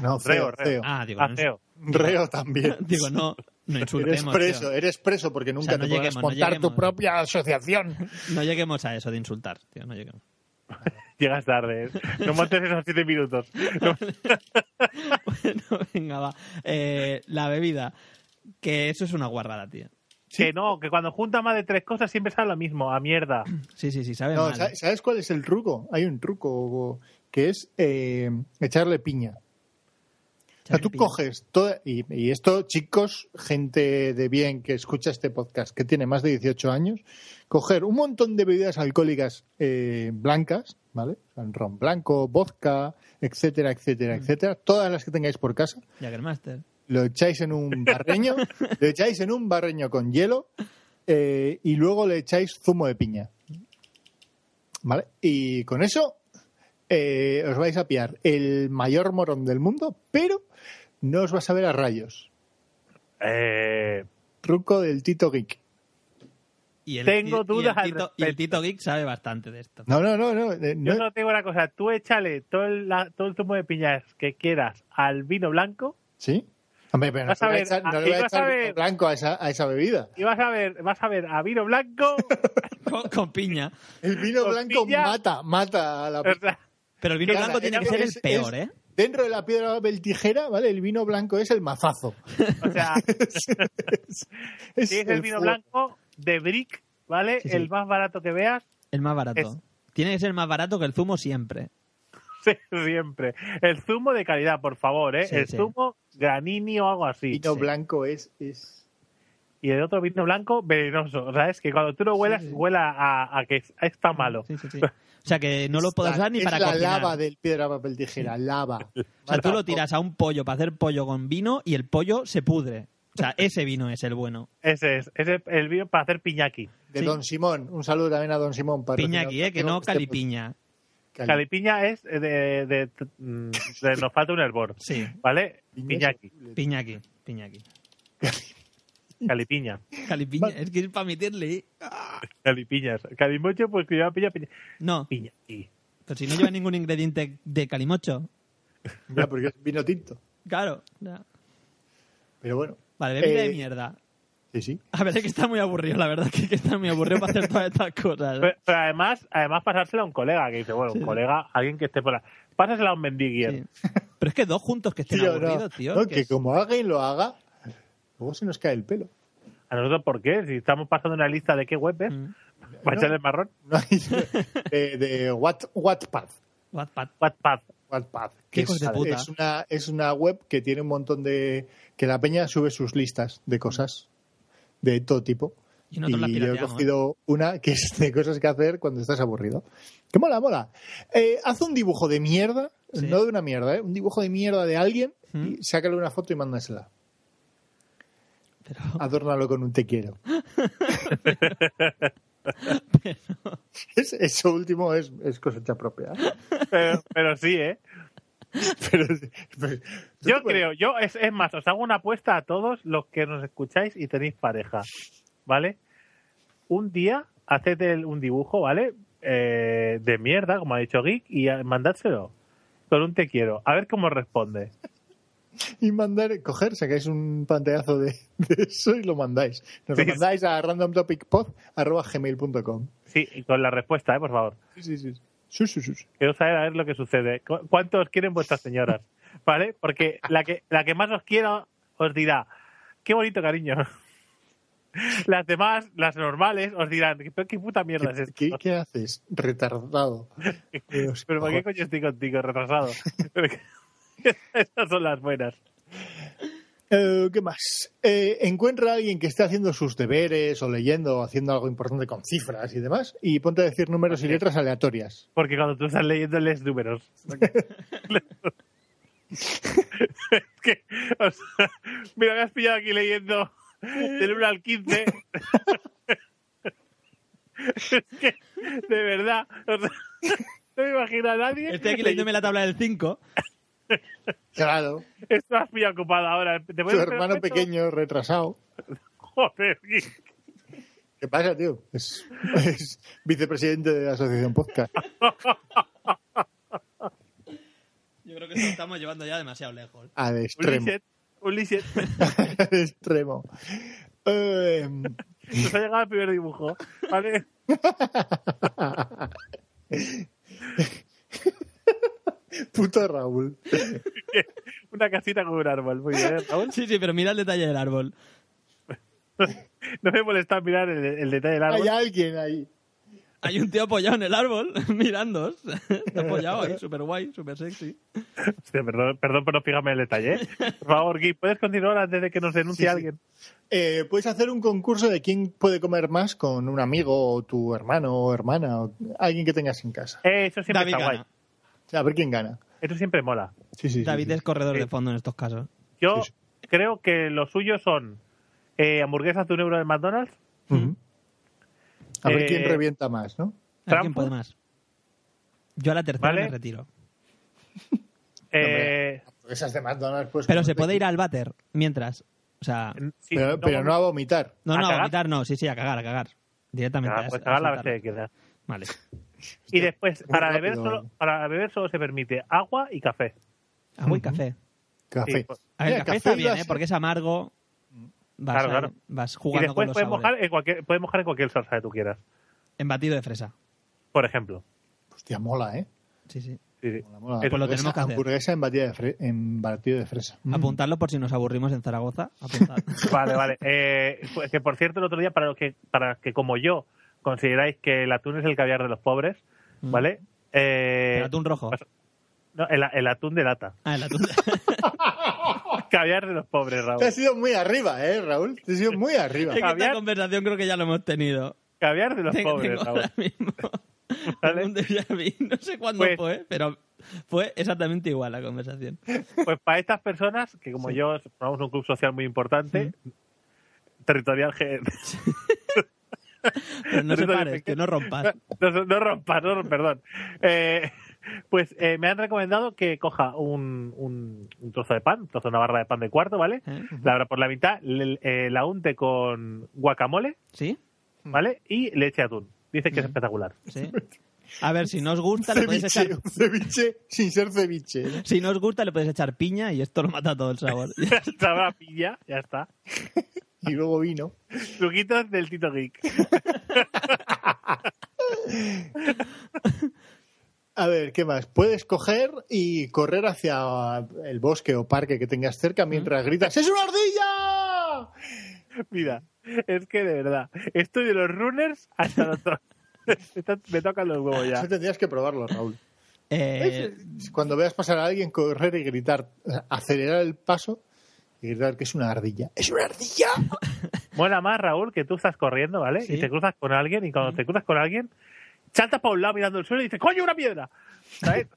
A: No,
B: Reo,
A: feo,
B: reo.
A: feo.
C: Ah, digo, no,
B: Ateo.
A: Reo también.
C: Digo, no, No
A: Eres
C: insultemos,
A: preso, eh.
C: tío.
A: eres preso porque nunca
C: sea, no
A: te podrás
C: lleguemos, no
A: montar tu
C: lleguemos.
A: propia asociación.
C: No lleguemos a eso de insultar, tío. No lleguemos.
B: Llegas tarde. No montes esos siete minutos. No-
C: bueno, venga, va. Eh, la bebida. Que eso es una guardada, tío.
B: Que no, que cuando junta más de tres cosas siempre sale lo mismo, a mierda.
C: Sí, sí, sí, sabe
A: No,
C: mal. eh.
A: ¿sa- ¿Sabes cuál es el truco? Hay un truco Hugo, que es eh, echarle piña. O sea,
C: Sabe
A: tú
C: pin-
A: coges toda, y, y esto, chicos, gente de bien que escucha este podcast, que tiene más de 18 años, coger un montón de bebidas alcohólicas eh, blancas, ¿vale? O sea, ron blanco, vodka, etcétera, etcétera, etcétera, todas las que tengáis por casa,
C: Jägermeister.
A: lo echáis en un barreño, lo echáis en un barreño con hielo eh, y luego le echáis zumo de piña. ¿Vale? Y con eso eh, os vais a pillar el mayor morón del mundo, pero no os vas a ver a rayos.
B: Eh,
A: Truco del Tito Geek.
C: Y el,
B: Tengo
C: y- y
B: dudas al
C: el tito, y el
B: respecto.
C: Tito Geek sabe bastante de esto.
A: No, no, no, no. eh,
B: yo
A: no-
B: solo te digo una cosa, tú échale todo el, la- todo el zumo de piñas que quieras al vino blanco
A: ¿Sí? Hombre, pero no,
B: Vas a
A: le voy a
B: ver,
A: echar- no
B: ah,
A: le voy
B: y
A: a
B: vas a
A: echar
B: ver-
A: blanco a esa, a esa bebida.
B: y vas a ver, vas a ver a vino blanco.
C: Con, con piña.
A: El vino blanco
B: Tortilla.
A: mata, mata a la
B: o sea,
C: Pero el vino
A: Claro,
C: blanco tiene que
A: es-
C: ser el
A: es-
C: peor,
A: es-
C: ¿eh?
A: Dentro de la piedra papel tijera, ¿vale? El vino blanco es el mazazo.
B: o sea,
A: Es
B: si es el vino
A: fu-
B: blanco de Brick, ¿vale?
C: Sí, sí.
B: El más barato que veas,
C: El más barato.
B: es-
C: Tiene que ser más barato que el zumo siempre.
B: sí, siempre. El zumo de calidad, por favor, ¿eh?
C: Sí,
B: el
C: sí.
B: zumo granini o algo así.
A: Vino
C: Sí.
A: blanco es, es-
B: Y el otro vino blanco venenoso, ¿sabes? Que cuando tú lo huelas,
C: sí.
B: huela a, a que está malo.
C: Sí, sí, sí. O sea, que no lo puedes
A: la-
C: usar ni
A: es
C: para
A: la
C: cocinar.
A: lava del piedra papel tijera, lava.
C: O sea, tú lo tiras a un pollo para hacer pollo con vino y el pollo se pudre. O sea, ese vino es el bueno.
B: Ese es, ese es el vino para hacer piñaki.
A: De
C: Sí.
A: Don Simón, un saludo también a Don Simón.
C: Piña
A: patrocinador
C: aquí, ¿eh? Que no
A: este
C: calipiña.
A: podcast. Cali-
B: Calipiña es de, de, mm, de- nos falta un hervor,
C: Sí,
B: ¿vale?
A: Piña
B: Piñaki,
C: piña aquí, piña aquí.
B: calipiña,
C: Calipiña, es que es para meterle. ¿eh?
B: calipiñas, calimocho, pues que lleva piña, piña,
C: No,
B: piñaki.
C: pero si no lleva ningún ingrediente de calimocho.
A: Ya, porque es vino tinto.
C: Claro. ya.
A: Pero bueno,
C: Vale, bebida
A: Eh,
C: de mierda.
A: sí, sí.
C: A ver, es que está muy aburrido, la verdad, que, hay que está muy aburrido para hacer todas estas cosas. ¿eh?
B: Pero, pero además, además pasársela a un colega que dice, bueno, un colega, alguien que esté por la... Pásasela a un mendiguier.
C: Sí. Pero es que dos juntos que estén
A: Tío, no,
C: aburridos, tío.
A: no,
C: que
A: que
C: es-
A: como alguien lo haga, luego se nos cae el pelo.
B: ¿A nosotros por qué? Si estamos pasando una lista de qué web es,
C: Mm.
B: para echarle el marrón.
A: No hay- de de What, Wattpad.
C: Wattpad.
B: WhatsApp.
A: Wattpad, que
C: Hijos
A: es,
C: de puta.
A: es una, es una web que tiene un montón de... que la peña sube sus listas de cosas de todo tipo.
C: Y nosotros las
A: yo he
C: pirateamos, ¿eh?
A: cogido una que es de cosas que hacer cuando estás aburrido. Que mola, mola. Eh, haz un dibujo de mierda,
C: Sí. Mm.
A: no de una mierda, ¿eh? un dibujo de mierda de alguien
C: Ujú.
A: y sácale una foto y mándasela.
C: Pero,
A: Adórnalo con un te quiero. Es- eso último es, es cosecha propia. ¿eh?
B: Pero, pero sí, ¿eh?
A: Pero, pues, pero-
B: Yo creo, yo, es, es más, os hago una apuesta a todos los que nos escucháis y tenéis pareja, ¿vale? Un día, haced el- un dibujo, ¿vale? Eh, de mierda, como ha dicho Geek, y eh, mandádselo. Con un te quiero. A ver cómo responde.
A: y mandar, coger, sacáis un pantallazo de, de eso y lo mandáis. Nos lo
B: Sí, sí.
A: mandáis a randomtopicpod.gmail.com
B: Sí, y con la respuesta, ¿eh? Por favor.
A: Sí, sí, sí. Sus, sus, sus.
B: Quiero saber a ver lo que sucede. ¿Cu- ¿Cuántos quieren vuestras señoras? ¿Vale? Porque la que, la que más os quiera os dirá, qué bonito cariño. Las demás, las normales, os dirán, "Pero qué puta mierda es
A: ¿Qué,
B: esto.
A: qué- qué haces? Retardado. Dios,
B: Pero ¿por qué
A: joder.
B: coño estoy contigo, retrasado? Pero que- Esas son las buenas.
A: Eh, ¿Qué más? Eh, encuentra a alguien que esté haciendo sus deberes o leyendo o haciendo algo importante con cifras y demás y ponte a decir números y letras aleatorias.
B: Porque cuando tú estás leyendo, lees números. es que, o sea, mira, me has pillado aquí leyendo del 1 al 15. es que, de verdad, o sea, no me imagino a nadie.
C: estoy este aquí leyéndome la tabla del 5.
A: Claro,
B: Estás pillado ocupado ahora. ¿Te
A: tu
B: puedes
A: hermano
B: esperar un momento?
A: pequeño, retrasado.
B: Joder,
A: ¿Qué pasa, tío? Es, es vicepresidente de la Asociación Podcast.
C: Yo creo que esto lo estamos llevando ya demasiado lejos.
A: Al extremo.
B: Ulises, Ulises,
A: extremo. Eh,
B: nos ha llegado el primer dibujo, ¿vale?
A: puto Raúl.
B: Una casita con un árbol, muy bien, ¿eh, Raúl.
C: Sí, sí, pero mira el detalle del árbol.
B: No me molesta mirar el, el detalle del
A: Hay
B: árbol.
A: alguien ahí.
C: Hay un tío apoyado en el árbol, mirando. Está apoyado ahí, súper guay, súper sexy.
B: Hostia, perdón, perdón, pero fíjame en el detalle. ¿eh? Por favor, Gui, ¿puedes continuar antes de que nos denuncie
A: Sí, sí.
B: alguien?
A: Eh, puedes hacer un concurso de quién puede comer más con un amigo o tu hermano o hermana o alguien que tengas en casa.
B: Eh, eso siempre
C: David
B: está
C: gana.
B: guay.
A: A ver quién gana.
B: Eso siempre mola.
A: Sí, sí, sí,
C: David
A: sí.
C: es corredor
B: Eh,
C: de fondo en estos casos.
B: Yo
A: Sí,
B: creo que los suyos son eh, hamburguesas de un euro de McDonald's,
A: Ujú. A ver
B: Eh,
A: quién revienta más, ¿no?
C: A ver quién
B: Trampo.
C: puede más. Yo a la tercera
B: Vale.
C: me retiro.
B: eh,
A: Esas de McDonald's, pues.
C: Pero se puede ir al váter mientras. O sea,
B: sí,
A: Pero, pero no a vomitar.
C: no,
B: ¿A
C: no, a
B: cagar?
C: vomitar no, sí, sí, a cagar, a cagar. Directamente.
B: Ah,
C: a-
B: pues
C: a
B: cagar la vez
C: soltarlo.
B: que queda.
C: Vale.
B: Y después,
A: muy
B: para beber,
A: rápido.
B: solo, para beber solo se permite agua y café.
A: Ujú.
C: Agua y Ah, café.
A: Café.
B: Sí, pues-
C: A ver,
A: Mira,
C: el café está
A: iba a
C: bien, ¿eh?
A: ser-
C: Porque es amargo. Vas,
B: Claro,
C: ahí,
B: claro.
C: vas
B: Y
C: jugando
B: después
C: con los
B: puedes
C: sabores.
B: mojar, en cualquier, puedes mojar en cualquier salsa que tú quieras,
C: En batido de fresa.
B: por ejemplo.
A: Hostia, mola, ¿eh?
C: Sí, sí.
B: Sí, sí.
A: Mola, mola.
B: Pues
C: lo
A: Hamburguesa-
C: tenemos que hacer.
A: Hamburguesa en, batida de fre- en batido de fresa. Mm.
C: Apuntarlo por si nos aburrimos en Zaragoza. Apuntad.
B: Vale, vale. Eh, pues que por cierto, el otro día, para los que, para que como yo consideráis que el atún es el caviar de los pobres, ¿vale? Eh,
C: Mm. el atún rojo.
B: paso- no, el, el atún de lata.
C: Ah, el atún. Ah.
B: Caviar de los pobres, Raúl.
A: Te has ido muy arriba, ¿eh, Raúl? Te has ido muy arriba.
C: Es que
B: Javier.
C: esta conversación creo que ya lo hemos tenido.
B: Caviar de los
C: Tengo-
B: pobres,
C: tengo
B: Raúl.
C: ahora mismo.
B: Vale.
C: un déjà vu. No sé cuándo
B: Pues-
C: fue, pero fue exactamente igual la conversación.
B: Pues para estas personas, que como yo formamos un club social muy importante, territorial... ge-
C: Pero no se
B: territorial
C: pares, que no rompas.
B: No, no rompas, no rompas, perdón. Eh, pues eh, me han recomendado que coja un, un, un trozo de pan, un trozo de una barra de pan de cuarto, ¿vale?
C: ¿Eh?
B: La abra por la mitad, le- eh, la unte con guacamole,
C: ¿Sí?
B: ¿vale? Y le eche atún. Dice
C: Mm.
B: que es espectacular.
C: ¿Sí? A ver, si no os gusta, le podéis
A: Ceviche,
C: echar...
A: un ceviche sin ser ceviche. ¿no?
C: Si no os gusta, le podéis echar piña y esto lo mata todo el sabor.
B: Sabrá pilla, ya está.
A: Y luego vino.
B: Truquitos del Tito Geek.
A: A ver, ¿qué más? Puedes coger y correr hacia el bosque o parque que tengas cerca mientras gritas ¡Es una ardilla!
B: Mira, es que de verdad, esto de los runners hasta los to- Esto Me tocan los huevos ya.
A: Eso tendrías que probarlo, Raúl.
C: Eh,
A: Cuando veas pasar a alguien, correr y gritar, acelerar el paso y gritar que es una ardilla. ¡Es una ardilla!
B: Mola más, Raúl, que tú estás corriendo, ¿vale?
C: Sí. Mm.
B: Y te cruzas con alguien y cuando te cruzas con alguien, saltas para un lado mirando el suelo y dices, ¡coño, una piedra! ¿Sabes?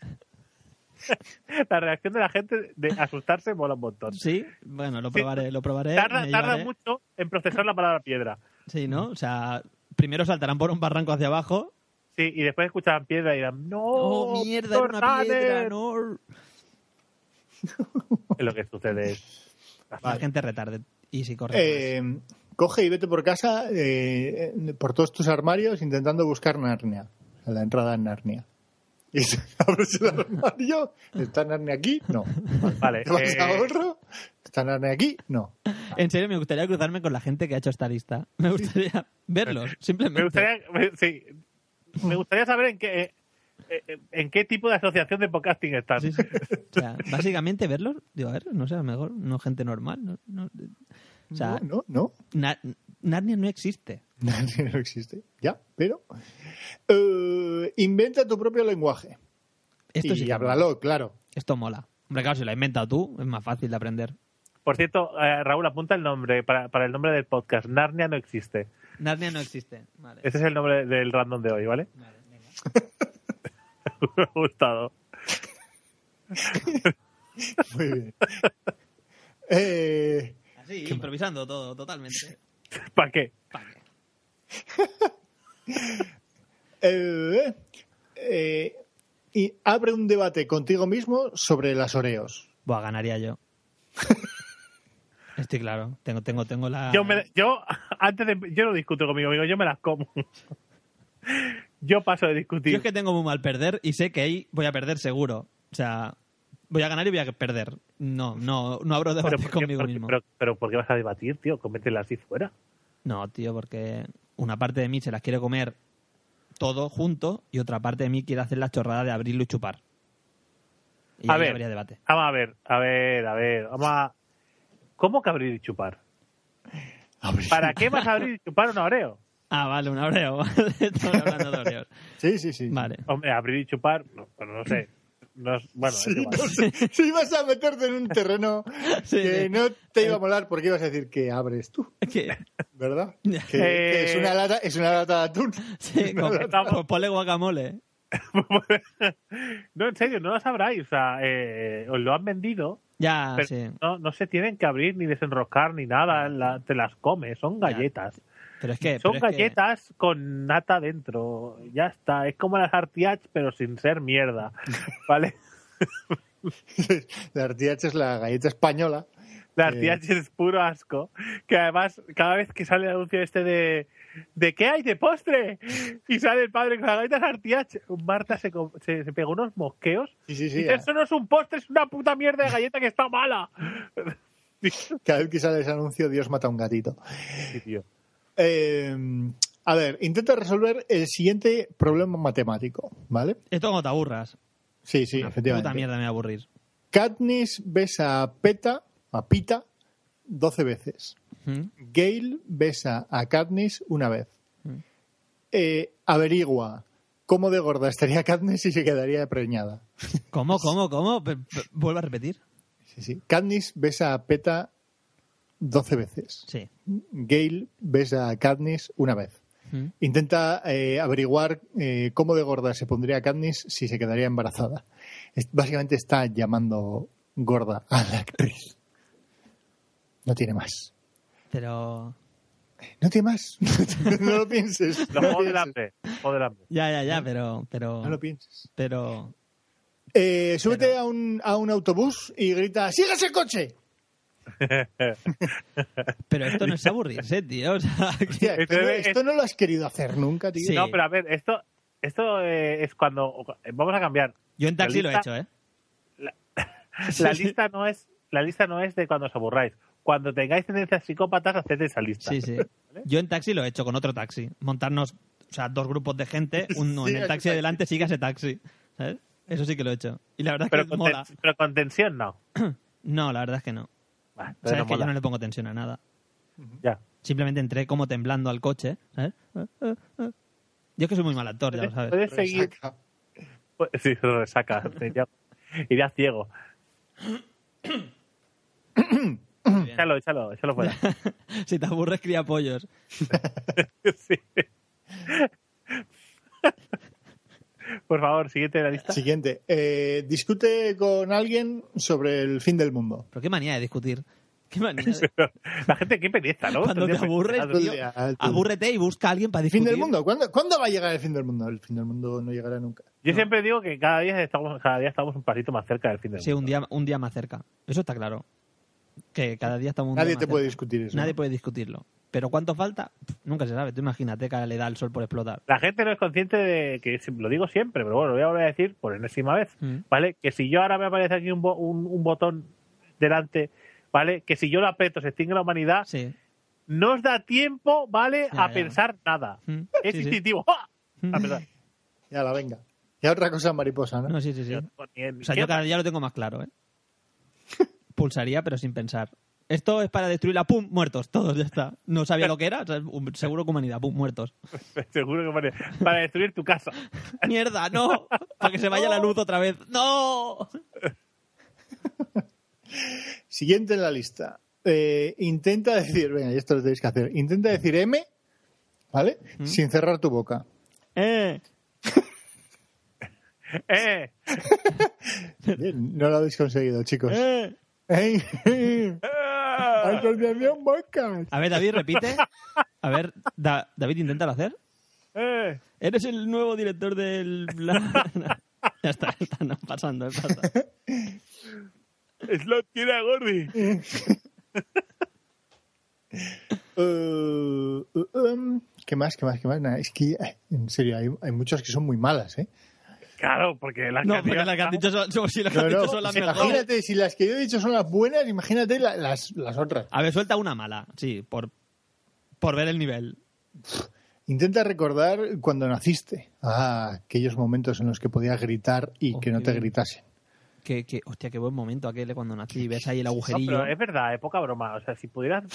B: la reacción de la gente de asustarse mola un montón.
C: sí, bueno, lo probaré, lo probaré.
B: Tarda,
C: me ¿eh?
B: tarda
C: llevaré.
B: mucho en procesar la palabra piedra.
C: Sí, ¿no? O sea, primero saltarán por un barranco hacia abajo.
B: Sí, y después escuchaban piedra y dirán, ¡no!
C: ¡Oh, mierda, era una
B: Tornader".
C: piedra! ¡No!
B: Es lo que sucede.
C: La gente retarde. Y si corre.
A: Eh, coge y vete por casa, eh, eh, por todos tus armarios, intentando buscar Narnia. O sea, La entrada en Narnia. Y abres el armario, ¿está Narnia aquí? No.
B: Vale.
A: ¿Te vas
B: eh,
A: a otro? ¿Está Narnia aquí? No.
C: más. En serio, me gustaría cruzarme con la gente que ha hecho esta lista. Me gustaría verlos, simplemente.
B: me gustaría, me- sí, me gustaría saber en qué, eh, eh, en qué tipo de asociación de podcasting estás.
C: Sí, sí. O sea, básicamente verlos, digo, a ver, no sé, a lo mejor no gente normal. No, no- o sea,
A: no, no, no.
C: Na- Narnia no existe.
A: Nadie no existe. Ya, pero. Eh, inventa tu propio lenguaje.
C: Esto sí
A: y
C: que
A: háblalo, claro.
C: mola. Esto mola. Hombre, claro, si lo has inventado tú, es más fácil de aprender.
B: Por cierto, eh, Raúl, apunta el nombre para, para el nombre del podcast. Narnia no existe.
C: Narnia no existe. Vale.
B: Ese es el nombre del random de hoy, ¿vale?
C: Vale, venga.
B: Me ha gustado.
A: Muy bien. Eh,
C: Así, improvisando todo, totalmente.
B: ¿Para qué?
C: Pa' qué.
A: eh, eh, y abre un debate contigo mismo sobre las Oreos.
C: Buah, ganaría yo. Estoy claro. Tengo, tengo, tengo la.
B: Yo, me- yo, antes de, yo no discuto conmigo, amigo, yo me las como. Yo paso de discutir.
C: Yo es que tengo muy mal perder y sé que ahí voy a perder seguro. O sea, voy a ganar y voy a perder. No, no, no abro debate
B: ¿por qué-
C: conmigo
B: por qué-
C: mismo.
B: Pero, pero ¿por qué vas a debatir, tío? Cométela así fuera.
C: No, tío, porque una parte de mí se las quiere comer todo junto y otra parte de mí quiere hacer la chorrada de abrirlo y chupar. Y
B: A
C: ahí
B: ver.
C: habría debate.
B: Vamos a ver, a ver, a ver. Vamos a... ¿Cómo que abrir y chupar?
A: Abrir.
B: ¿Para qué vas a abrir y chupar un Oreo?
C: Ah, vale, un abreo. Estoy hablando de Oreos.
A: Sí, sí, sí.
C: Vale.
B: Hombre, abrir y chupar, no, pero no sé. No es- bueno,
A: Sí,
B: es igual.
A: no sé. Si ibas a meterte en un terreno
C: Sí,
A: que
C: sí. Eh.
A: no te iba a molar, porque ibas a decir que abres tú,
C: Que-
A: ¿verdad?
C: Eh.
A: Que, que es una lata, es una lata de atún.
C: sí,
A: Una
C: con-
A: lata-
B: estamos-
C: pues ponle guacamole.
B: no, en serio, no lo sabráis. O sea, eh, os lo han vendido,
C: Ya,
B: pero
C: sí.
B: no, no se tienen que abrir ni desenroscar ni nada. la- te las comes, son
C: Ya.
B: galletas.
C: Pero es que.
B: Son
C: pero es que-
B: galletas con nata dentro. Ya está. Es como las Artiach, pero sin ser mierda. ¿Vale?
A: La RTH es la galleta española.
B: La
A: Sí.
B: Artiach es puro asco. Que además, cada vez que sale el anuncio este de. ¿De qué hay de postre? Y sale el padre con las galletas Artiach. Marta se, co- se, se pegó unos mosqueos.
A: Sí, sí,
B: Y
A: sí.
B: dice, Eso no es un postre, es una puta mierda de galleta que está mala.
A: Cada vez que sale ese anuncio, Dios mata a un gatito.
B: Sí, tío.
A: Eh, a ver, intenta resolver el siguiente problema matemático, ¿vale?
C: Esto como te aburras.
A: Sí, sí,
C: Una
A: efectivamente.
C: Puta mierda me voy a aburrir.
A: Katniss besa a Peta, a Pita, 12 veces.
C: ¿Mm?
A: Gail besa a Katniss una vez.
C: Mm.
A: Eh, averigua cómo de gorda estaría Katniss y se quedaría preñada.
C: ¿Cómo, cómo, cómo? Pe- pe- Vuelvo a repetir.
A: Sí, sí. Katniss besa a Peta 12 veces.
C: Sí.
A: Gail besa a Katniss una vez.
C: ¿Mm?
A: Intenta eh, averiguar eh, cómo de gorda se pondría Katniss si se quedaría embarazada. Es- básicamente está llamando gorda a la actriz. No tiene más.
C: Pero.
A: No tiene más. no lo pienses.
B: Los
A: no
B: juegos del
A: pienses.
B: hambre. juegos del hambre.
C: Ya, ya, ya, pero. Pero.
A: No lo pienses.
C: pero...
A: Eh, súbete a, un, a un autobús y grita, ¡síguese el coche!
C: Pero esto no es aburrirse, tío. O sea, que-
A: Hostia, esto, no,
B: Entonces,
A: esto no lo has querido hacer nunca, tío.
C: Sí.
B: No, pero a ver, esto, esto eh, es cuando. Vamos a cambiar.
C: Yo en taxi lo he
B: lista-
C: hecho, ¿eh?
B: La
C: Sí, sí.
B: lista no es, la lista no es de cuando os aburráis. Cuando tengáis tendencias psicópatas, haced esa lista.
C: Sí, sí. Yo en taxi lo he hecho con otro taxi. Montarnos, o sea, dos grupos de gente, uno en
A: Siga
C: el
A: ese
C: taxi de delante, siga ese taxi. ¿Sabes? Eso sí que lo he hecho. Y la verdad es
B: Pero,
C: que
B: con
C: mola.
B: ten- pero con tensión no.
C: No, la verdad es que no.
B: Bah, entonces
C: Sabes
B: no
C: que yo
B: mola.
C: no le pongo tensión a nada.
B: Ya.
C: Simplemente entré como temblando al coche, ¿sabes? Eh, eh, eh. Yo es que soy muy mal actor, ya lo sabes.
B: Puedes seguir.
A: Resaca.
B: Pues, Sí, resaca. Sería- Iría ciego.
C: Muy bien.
B: Échalo, échalo, échalo fuera.
C: si te aburres, cría pollos.
B: Sí. Por favor, siguiente de la lista.
A: Siguiente. Eh, discute con alguien sobre el fin del mundo.
C: Pero qué manía de discutir. Qué manía de...
B: La gente, qué pereza, ¿no?
C: Cuando te
B: Tendría
C: aburres,
B: pensado.
A: todo el
C: tío,
A: día, todo el día.
C: abúrrete y busca a alguien para
A: ¿El
C: discutir.
A: fin del mundo? ¿Cuándo, ¿Cuándo va a llegar el fin del mundo? El fin del mundo no llegará nunca.
B: Yo siempre digo que cada día, estamos, cada día estamos un pasito más cerca del fin del
C: Sí,
B: mundo.
C: un día, un día más cerca. Eso está claro. Que cada día estamos un
A: Nadie
C: día más
A: te puede
C: cerca.
A: discutir eso.
C: Nadie puede discutirlo. Pero ¿cuánto falta? Pff, Nunca se sabe. Tú imagínate que le da el sol por explotar.
B: La gente no es consciente de que, si- lo digo siempre, pero bueno, lo voy a volver a decir por enésima vez,
C: Mm.
B: ¿vale? Que si yo ahora me aparece aquí un, bo- un, un botón delante, ¿vale? Que si yo lo aprieto se extingue la humanidad,
C: Sí.
B: no os da tiempo, ¿vale?
C: Ya,
B: a
C: ya.
B: pensar nada.
C: Mm.
B: Es
C: Sí, sí.
B: instintivo. ¡Ah!
C: Mm.
B: A pensar.
A: Ya la venga. Ya otra cosa mariposa, ¿no?
C: No, sí, sí, sí.
B: Yo
C: O
B: no tengo ni- ni
C: sea,
B: idea.
C: yo cada día lo tengo más claro, ¿eh? Pulsaría, pero sin pensar. Esto es para destruirla. ¡Pum! Muertos. Todos, ya está. No sabía lo que era. o sea, un- seguro que humanidad. ¡Pum! Muertos.
B: Seguro que vale. Para destruir tu casa.
C: ¡Mierda! ¡No! Para que se vaya la luz otra vez. ¡No!
A: Siguiente en la lista. Eh, intenta decir, venga, y esto lo tenéis que hacer. Intenta decir M, ¿vale? Sin cerrar tu boca.
C: Eh.
B: ¡Eh!
A: Bien, no lo habéis conseguido, chicos.
C: Eh.
A: ¡Ey!
B: ¡Eh!
A: ¡Asociación Podcast!
C: A ver, David, repite. A ver, Da- David, inténtalo hacer.
B: ¡Eh!
C: Eres el nuevo director del... la- ya está, ya está, no, pasando, pasa.
B: Slot tiene a Gordy.
A: Eh, eh, em, ¿Qué más? ¿Qué más? ¿Qué más? Nada, es que, ay, en serio, hay, hay muchos que son muy malas, ¿eh?
B: Claro, porque las
C: No,
B: canciones-
C: porque las que has dicho son, son- si las que has
A: No, no,
C: dicho son las
A: pues
C: mejores.
A: imagínate, si las que yo he dicho son las buenas, imagínate la- las, las otras.
C: A ver, suelta una mala, sí, por, por ver el nivel.
A: Intenta recordar cuando naciste. Ah, aquellos momentos en los que podías gritar y
C: Oh,
A: que no
C: qué
A: te
C: bien.
A: gritasen.
C: Que, que, hostia, qué buen momento aquel de cuando nací. Ves ahí el
B: No,
C: agujerillo.
B: pero eh, es verdad, es poca broma. O sea, si pudieras.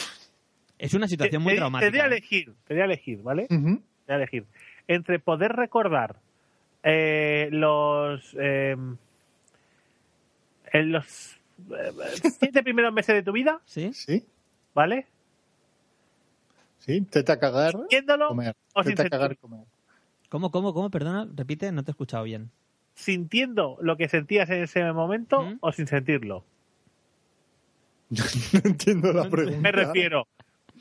C: Es una
B: Te, te,
C: situación muy
B: te doy a
C: traumática.
B: elegir, te doy a elegir, ¿vale?
A: Ujú.
B: Te doy a elegir. Entre poder recordar eh, los. eh, en los. eh, siete primeros meses de tu vida,
C: ¿Sí?
A: Sí,
B: ¿vale?
A: sí, intenta cagar,
B: Viéndolo
A: comer.
B: o sin
A: Intenta cagar,
B: sentir,
A: comer.
C: ¿Cómo, cómo, cómo? Perdona, repite, no te he escuchado bien.
B: sintiendo lo que sentías en ese momento
C: ¿Mm?
B: o sin sentirlo.
A: No entiendo la pregunta.
B: Me refiero.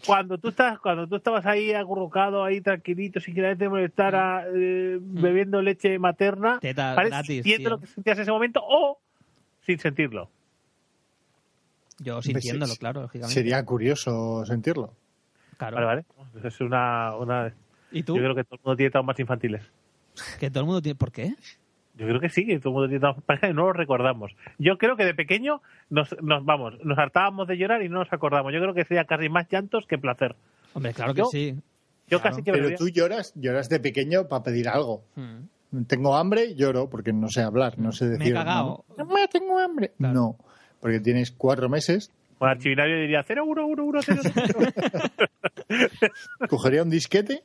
B: Cuando tú estás, cuando tú estabas ahí acurrucado, ahí tranquilito, sin que nadie te molestara, eh, bebiendo leche materna,
C: Teta
B: ¿vale?
C: gratis,
B: sintiendo
C: tío.
B: lo que sentías en ese momento o sin sentirlo.
C: Yo sintiéndolo,
A: se-
C: claro, lógicamente.
A: Sería curioso sentirlo.
C: Claro.
B: Vale, vale. Pues Es una, una-
C: ¿Y tú?
B: yo creo que todo el mundo tiene traumas infantiles.
C: Que todo el mundo tiene... ¿Por qué?
B: Yo creo que sí, que todo el mundo tiene traumas pareja y no lo recordamos. Yo creo que de pequeño nos, nos vamos, nos hartábamos de llorar y no nos acordamos. Yo creo que sería casi más llantos que placer.
C: Hombre, claro que
B: Yo-
C: sí.
B: Yo
C: Claro.
B: casi que me
A: Pero
B: voy a-
A: tú lloras, lloras de pequeño para pedir algo.
C: Hmm.
A: Tengo hambre, lloro, porque no sé hablar, no sé
C: Me he
A: decir.
C: cagao.
A: "Mamá, mamá, tengo hambre.
C: Claro.
A: No, porque tienes cuatro meses,
B: Bueno, Archivinario diría 0, 1, 1, 1, 0, 0.
A: cogería un disquete.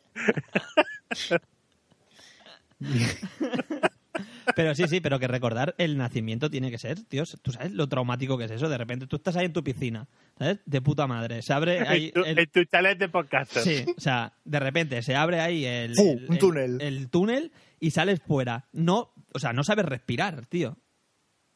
C: Pero sí, sí, pero que recordar el nacimiento tiene que ser, tío. Tú sabes lo traumático que es eso. De repente tú estás ahí en tu piscina, ¿sabes? De puta madre. Se abre ahí.
B: en, tu,
C: el-
B: en tu chalet de podcaster.
C: Sí, o sea, de repente se abre ahí el,
A: Fu,
C: el-
A: Uh, un
C: el-
A: túnel.
C: el túnel y sales fuera. No, o sea, no sabes respirar, tío.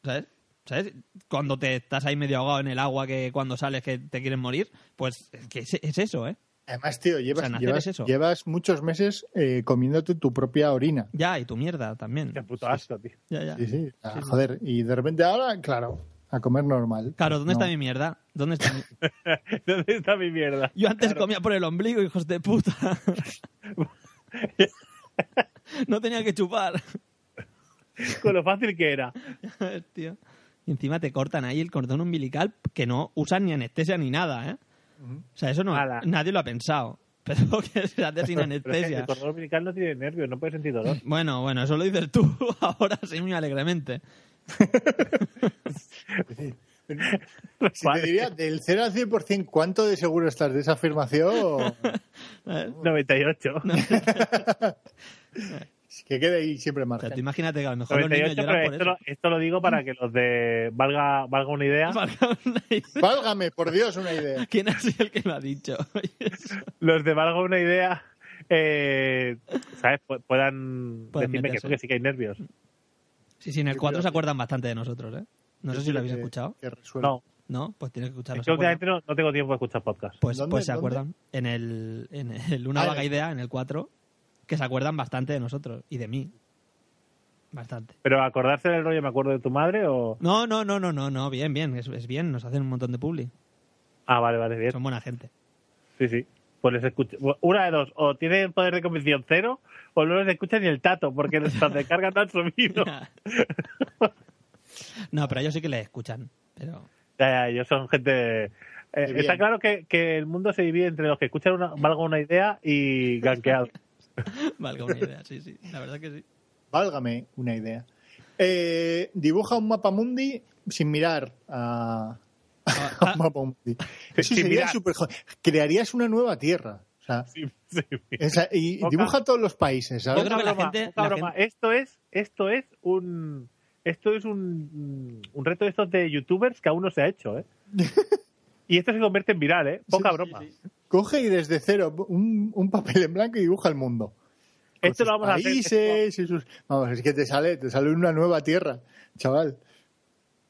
C: ¿Sabes? ¿Sabes? Cuando te estás ahí medio ahogado en el agua que cuando sales que te quieren morir, pues es que es, es eso, ¿eh?
A: Además, tío, llevas,
C: O sea, nacer
A: llevas,
C: es eso.
A: llevas muchos meses eh, comiéndote tu propia orina.
C: Ya, y tu mierda también.
B: Qué puto asco, tío.
C: Ya, ya.
A: Sí, sí. Ah,
C: Sí, sí.
A: joder, y de repente ahora, claro, a comer normal.
C: Claro, ¿dónde está
A: No.
C: mi mierda? ¿Dónde está mi...
B: ¿Dónde está mi mierda?
C: Yo antes comía por el ombligo, hijos de puta. no tenía que chupar.
B: Con lo fácil que era.
C: Tío. Y encima te cortan ahí el cordón umbilical que no usan ni anestesia ni nada, ¿eh? O sea, eso no,
B: Ala.
C: nadie lo ha pensado. Pero que se hace sin
B: Pero es que
C: anestesia.
B: el cordón umbilical no tiene nervios, no puede sentir dolor.
C: Bueno, bueno, eso lo dices tú ahora sí muy alegremente. Pues
A: Si te diría del 0 al 100%, ¿cuánto de seguro estás de esa afirmación?
C: ¿Sabes?
B: 98.
A: que quede ahí siempre
C: O sea,
A: margen.
C: tú imagínate que a lo mejor los
B: 98,
C: niños
B: pero
C: lloran por
B: esto lo,
C: eso.
B: esto lo digo para que los de. Valga, valga una idea.
C: Para una idea.
A: Válgame, por Dios, una idea.
C: ¿Quién ha sido el que lo ha dicho?
B: Los de Valga una idea. eh, ¿Sabes? Pu- puedan,
C: Puedan
B: decirme que,
C: meterse. Pues,
B: no, que sí que hay nervios.
C: Sí, sí, en el
A: Yo
C: 4
A: creo
C: se
A: que-
C: acuerdan bastante de nosotros, ¿eh? No sé si lo habéis
A: Que-
C: escuchado.
A: que resuelva.
B: No,
C: No, pues tienes que escucharlo.
B: es que últimamente no, no tengo tiempo de escuchar podcast.
C: Pues,
A: ¿Dónde?
C: pues se
A: ¿Dónde?
C: acuerdan en el, en el Una
A: Ah, en
C: Vaga
B: eh.
A: el-
C: Idea, en el 4, que se acuerdan bastante de nosotros y de mí. Bastante.
B: Pero acordarse del rollo, ¿me acuerdo de tu madre o.?
C: No, no, no, no, no, no, bien, bien, es, es bien, nos hacen un montón de publi.
B: Ah, vale, vale, bien.
C: Son buena gente.
B: Sí, sí. Pues les escucho. Una de dos, o tienen poder de convicción cero, o no les escucha ni el tato, porque nuestras descargas no han subido.
C: no, pero ellos sí que les escuchan. Pero
B: Ya, ya, ellos son gente. eh,
A: bien.
B: está claro que, que el mundo se divide entre los que escuchan una, valga una idea y ganqueados.
C: valga una idea, sí, sí, la verdad que sí.
A: Válgame una idea. Eh, dibuja un mapa mundi sin mirar a,
C: Ah,
A: a un mapa mundi. Eso
B: Sin
A: sería
B: mirar.
A: súper jo- Crearías una nueva tierra. O sea,
B: Sí, sí.
A: esa- y
B: Poca-
A: dibuja todos los países, ¿sabes?
C: Yo creo que la
B: Broma,
C: gente-
B: poca
C: la
B: broma. Esto es, esto es un. Esto es un, un reto de estos de youtubers que aún no se ha hecho, ¿eh? Y esto se convierte en viral, ¿eh? Poca
A: Sí, sí,
B: broma.
A: Coge y desde cero un, un papel en blanco y dibuja el mundo. Con
B: Esto
A: sus
B: lo vamos a hacer.
A: países y sus- Vamos, es que te sale, te sale una nueva tierra, chaval.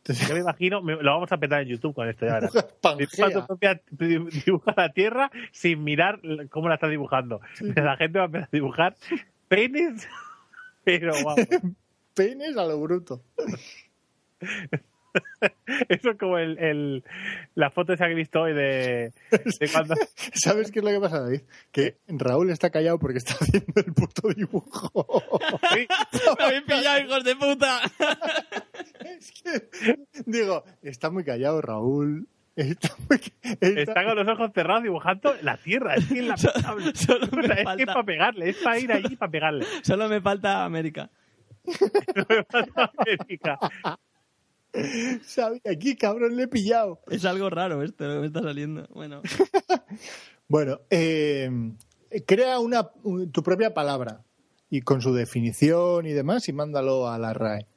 A: Te
B: Yo me imagino, me- lo vamos a petar en YouTube con esto, ya verás.
A: dibujas
B: Dibuja, tu
A: Pangea.
B: propia- dibuja la Tierra sin mirar cómo la está dibujando. La gente va a empezar a dibujar penes, pero vamos.
A: Peines a lo bruto.
B: Eso es como el, el- la foto esa que he visto hoy de, de cuando...
A: ¿Sabes qué es lo que pasa, David? Que Raúl está callado porque está haciendo el puto dibujo.
B: Sí,
C: ¡Me habéis pillado, hijos de puta!
A: Es que, digo, está muy callado Raúl. Está muy ca- está-
B: está con los ojos cerrados dibujando la tierra. Es que es lamentable.
C: Solo
B: O sea,
C: me,
B: es que es
C: falta,
B: para pegarle, es para ir allí para pegarle.
C: solo me falta América.
B: No me pasa a América.
A: Sabía, aquí cabrón le he pillado.
C: Es algo raro esto lo que me está saliendo. Bueno,
A: Bueno, eh, crea una, un- tu propia palabra y con su definición y demás y mándalo a la RAE.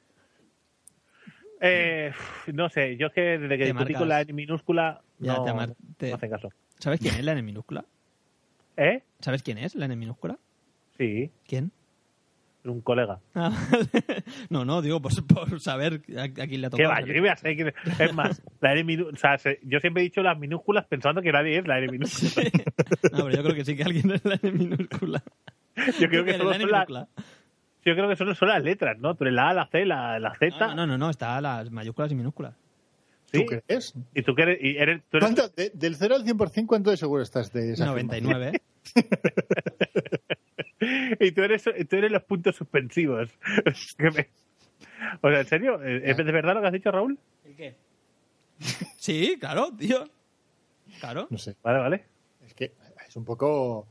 B: Eh, uf, no sé, yo es que desde que
C: Te
B: discutí
C: marcas.
B: con la N minúscula
C: Ya,
B: no,
C: te mar- te-
B: no hacen caso.
C: ¿sabes quién es la N minúscula?
B: ¿Eh?
C: ¿Sabes quién es la N minúscula?
B: Sí,
C: ¿Quién?
B: un colega.
C: Ah, vale. no, no, digo por, por saber a, a quién le ha
B: ¿Qué
C: tocado.
B: va? Yo voy a saber quién es. Es más, la N minú- o sea, se- yo siempre he dicho las minúsculas pensando que nadie es la N minúscula.
C: No, pero yo creo que sí que alguien es la N minúscula.
B: Yo creo que
C: es la
B: solo
C: N
B: son, las-
C: minúscula.
B: yo creo que solo son las letras, ¿no? Pero la A, la C, la, la Z.
C: No, no, no, no, está las mayúsculas y minúsculas.
A: ¿Tú
B: ¿sí?
A: crees?
B: Y tú que eres, y eres- tú eres-
A: ¿Cuánto- de- del 0 al 100%, ¿cuánto de seguro estás de esa
C: 99. ¿eh?
B: y tú eres, tú eres los puntos suspensivos. Que me- O sea, ¿en serio? ¿Es de verdad lo que has dicho, Raúl?
C: ¿El qué? Sí, claro, tío. Claro.
A: afirmación? No sé,
B: Vale, vale.
A: es que es un poco...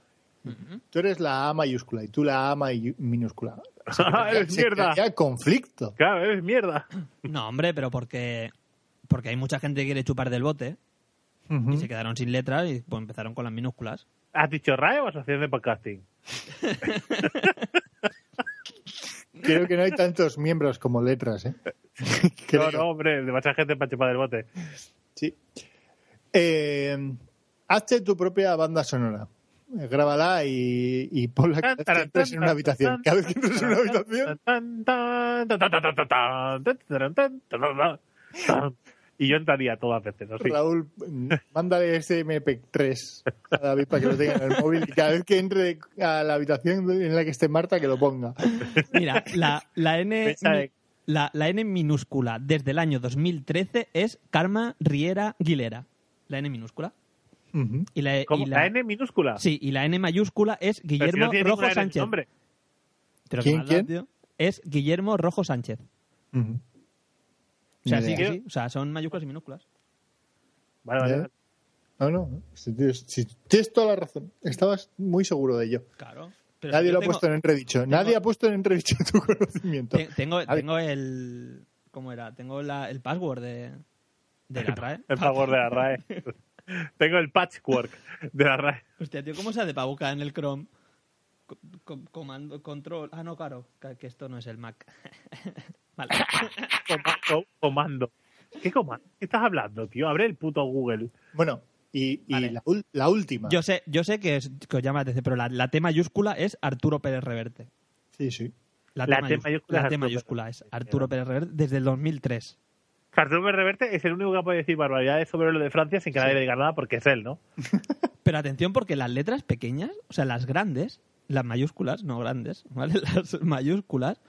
A: Tú eres la A mayúscula y tú la A may- minúscula. Se
B: Ah,
A: crea-
B: eres
A: se
B: mierda.
A: crea conflicto.
B: Claro, eres mierda.
C: No, hombre, pero porque, porque hay mucha gente que quiere chupar del bote y
A: Mm.
C: se quedaron sin letras y pues empezaron con las minúsculas.
B: ¿Has dicho RAE o Asociación de Podcasting?
A: Creo que no hay tantos miembros como letras, ¿eh?
B: No,
A: Creo.
B: no, hombre, demasiada gente para chupar del bote.
A: Sí. Eh, hazte tu propia banda sonora. Eh, Grábala y, y ponla cada vez que entres en una habitación. Cada vez que entres en una habitación.
B: Y yo entraría todas las veces, ¿no? Sí.
A: Raúl, mm, mándale ese MP3 a David para que lo tenga en el móvil y cada vez que entre a la habitación en la que esté Marta, que lo ponga.
C: Mira, la, la N.
B: Esa de-
C: La, la N minúscula desde el año 2013 es Karma Riera Guilera. La N minúscula.
A: Ujú.
C: Y la, E, y
B: ¿Cómo?
C: la-
B: ¿La N minúscula?
C: Sí, y la N mayúscula es
B: Pero si no
C: Guillermo
B: tiene
C: Rojo
B: ninguna N en su
C: Sánchez.
B: nombre.
C: Pero qué
A: ¿Quién,
C: maldad,
A: quién?
C: tío. Es Guillermo Rojo Sánchez.
A: Ujú.
C: O sea,
A: Ni
C: sí
A: idea.
C: que sí. O sea, son mayúsculas y minúsculas.
B: Vale, vale.
A: ¿Eh? No, no. Si tienes, si tienes toda la razón. Estabas muy seguro de ello.
C: Claro. Pero si
A: Nadie
C: yo
A: lo ha
C: tengo-
A: puesto en entredicho. Nadie ha puesto en entredicho tu conocimiento.
C: Te- Tengo,
A: Nadie.
C: tengo el. ¿Cómo era? Tengo la- el password de, de la RAE.
B: El favor de la RAE. Tengo el patchwork de la RAE.
C: Hostia, tío, ¿cómo se hace para buscar en el Chrome? Co- com- comando, control. Ah, no, claro, que que esto no es el Mac. vale.
B: Coma- co- Comando. ¿Qué comando? ¿Qué estás hablando, tío? Abre el puto Google.
A: Bueno, y, y
C: Vale.
A: la, ul- la última.
C: Yo sé, yo sé que, es, que os llama la atención, pero la, la T mayúscula es Arturo Pérez Reverte.
A: Sí, sí.
B: La T mayúscula
C: la
B: es
C: T
B: Arturo
C: mayúscula
B: Pérez
C: es
B: Reverte.
C: Arturo Pérez Reverte desde el 2003.
B: Arturo Reverte es el único que puede decir barbaridades sobre lo de Francia sin que nadie le diga nada porque es él, ¿no?
C: Pero atención porque las letras pequeñas, o sea, las grandes, las mayúsculas, no grandes, ¿vale? Las mayúsculas.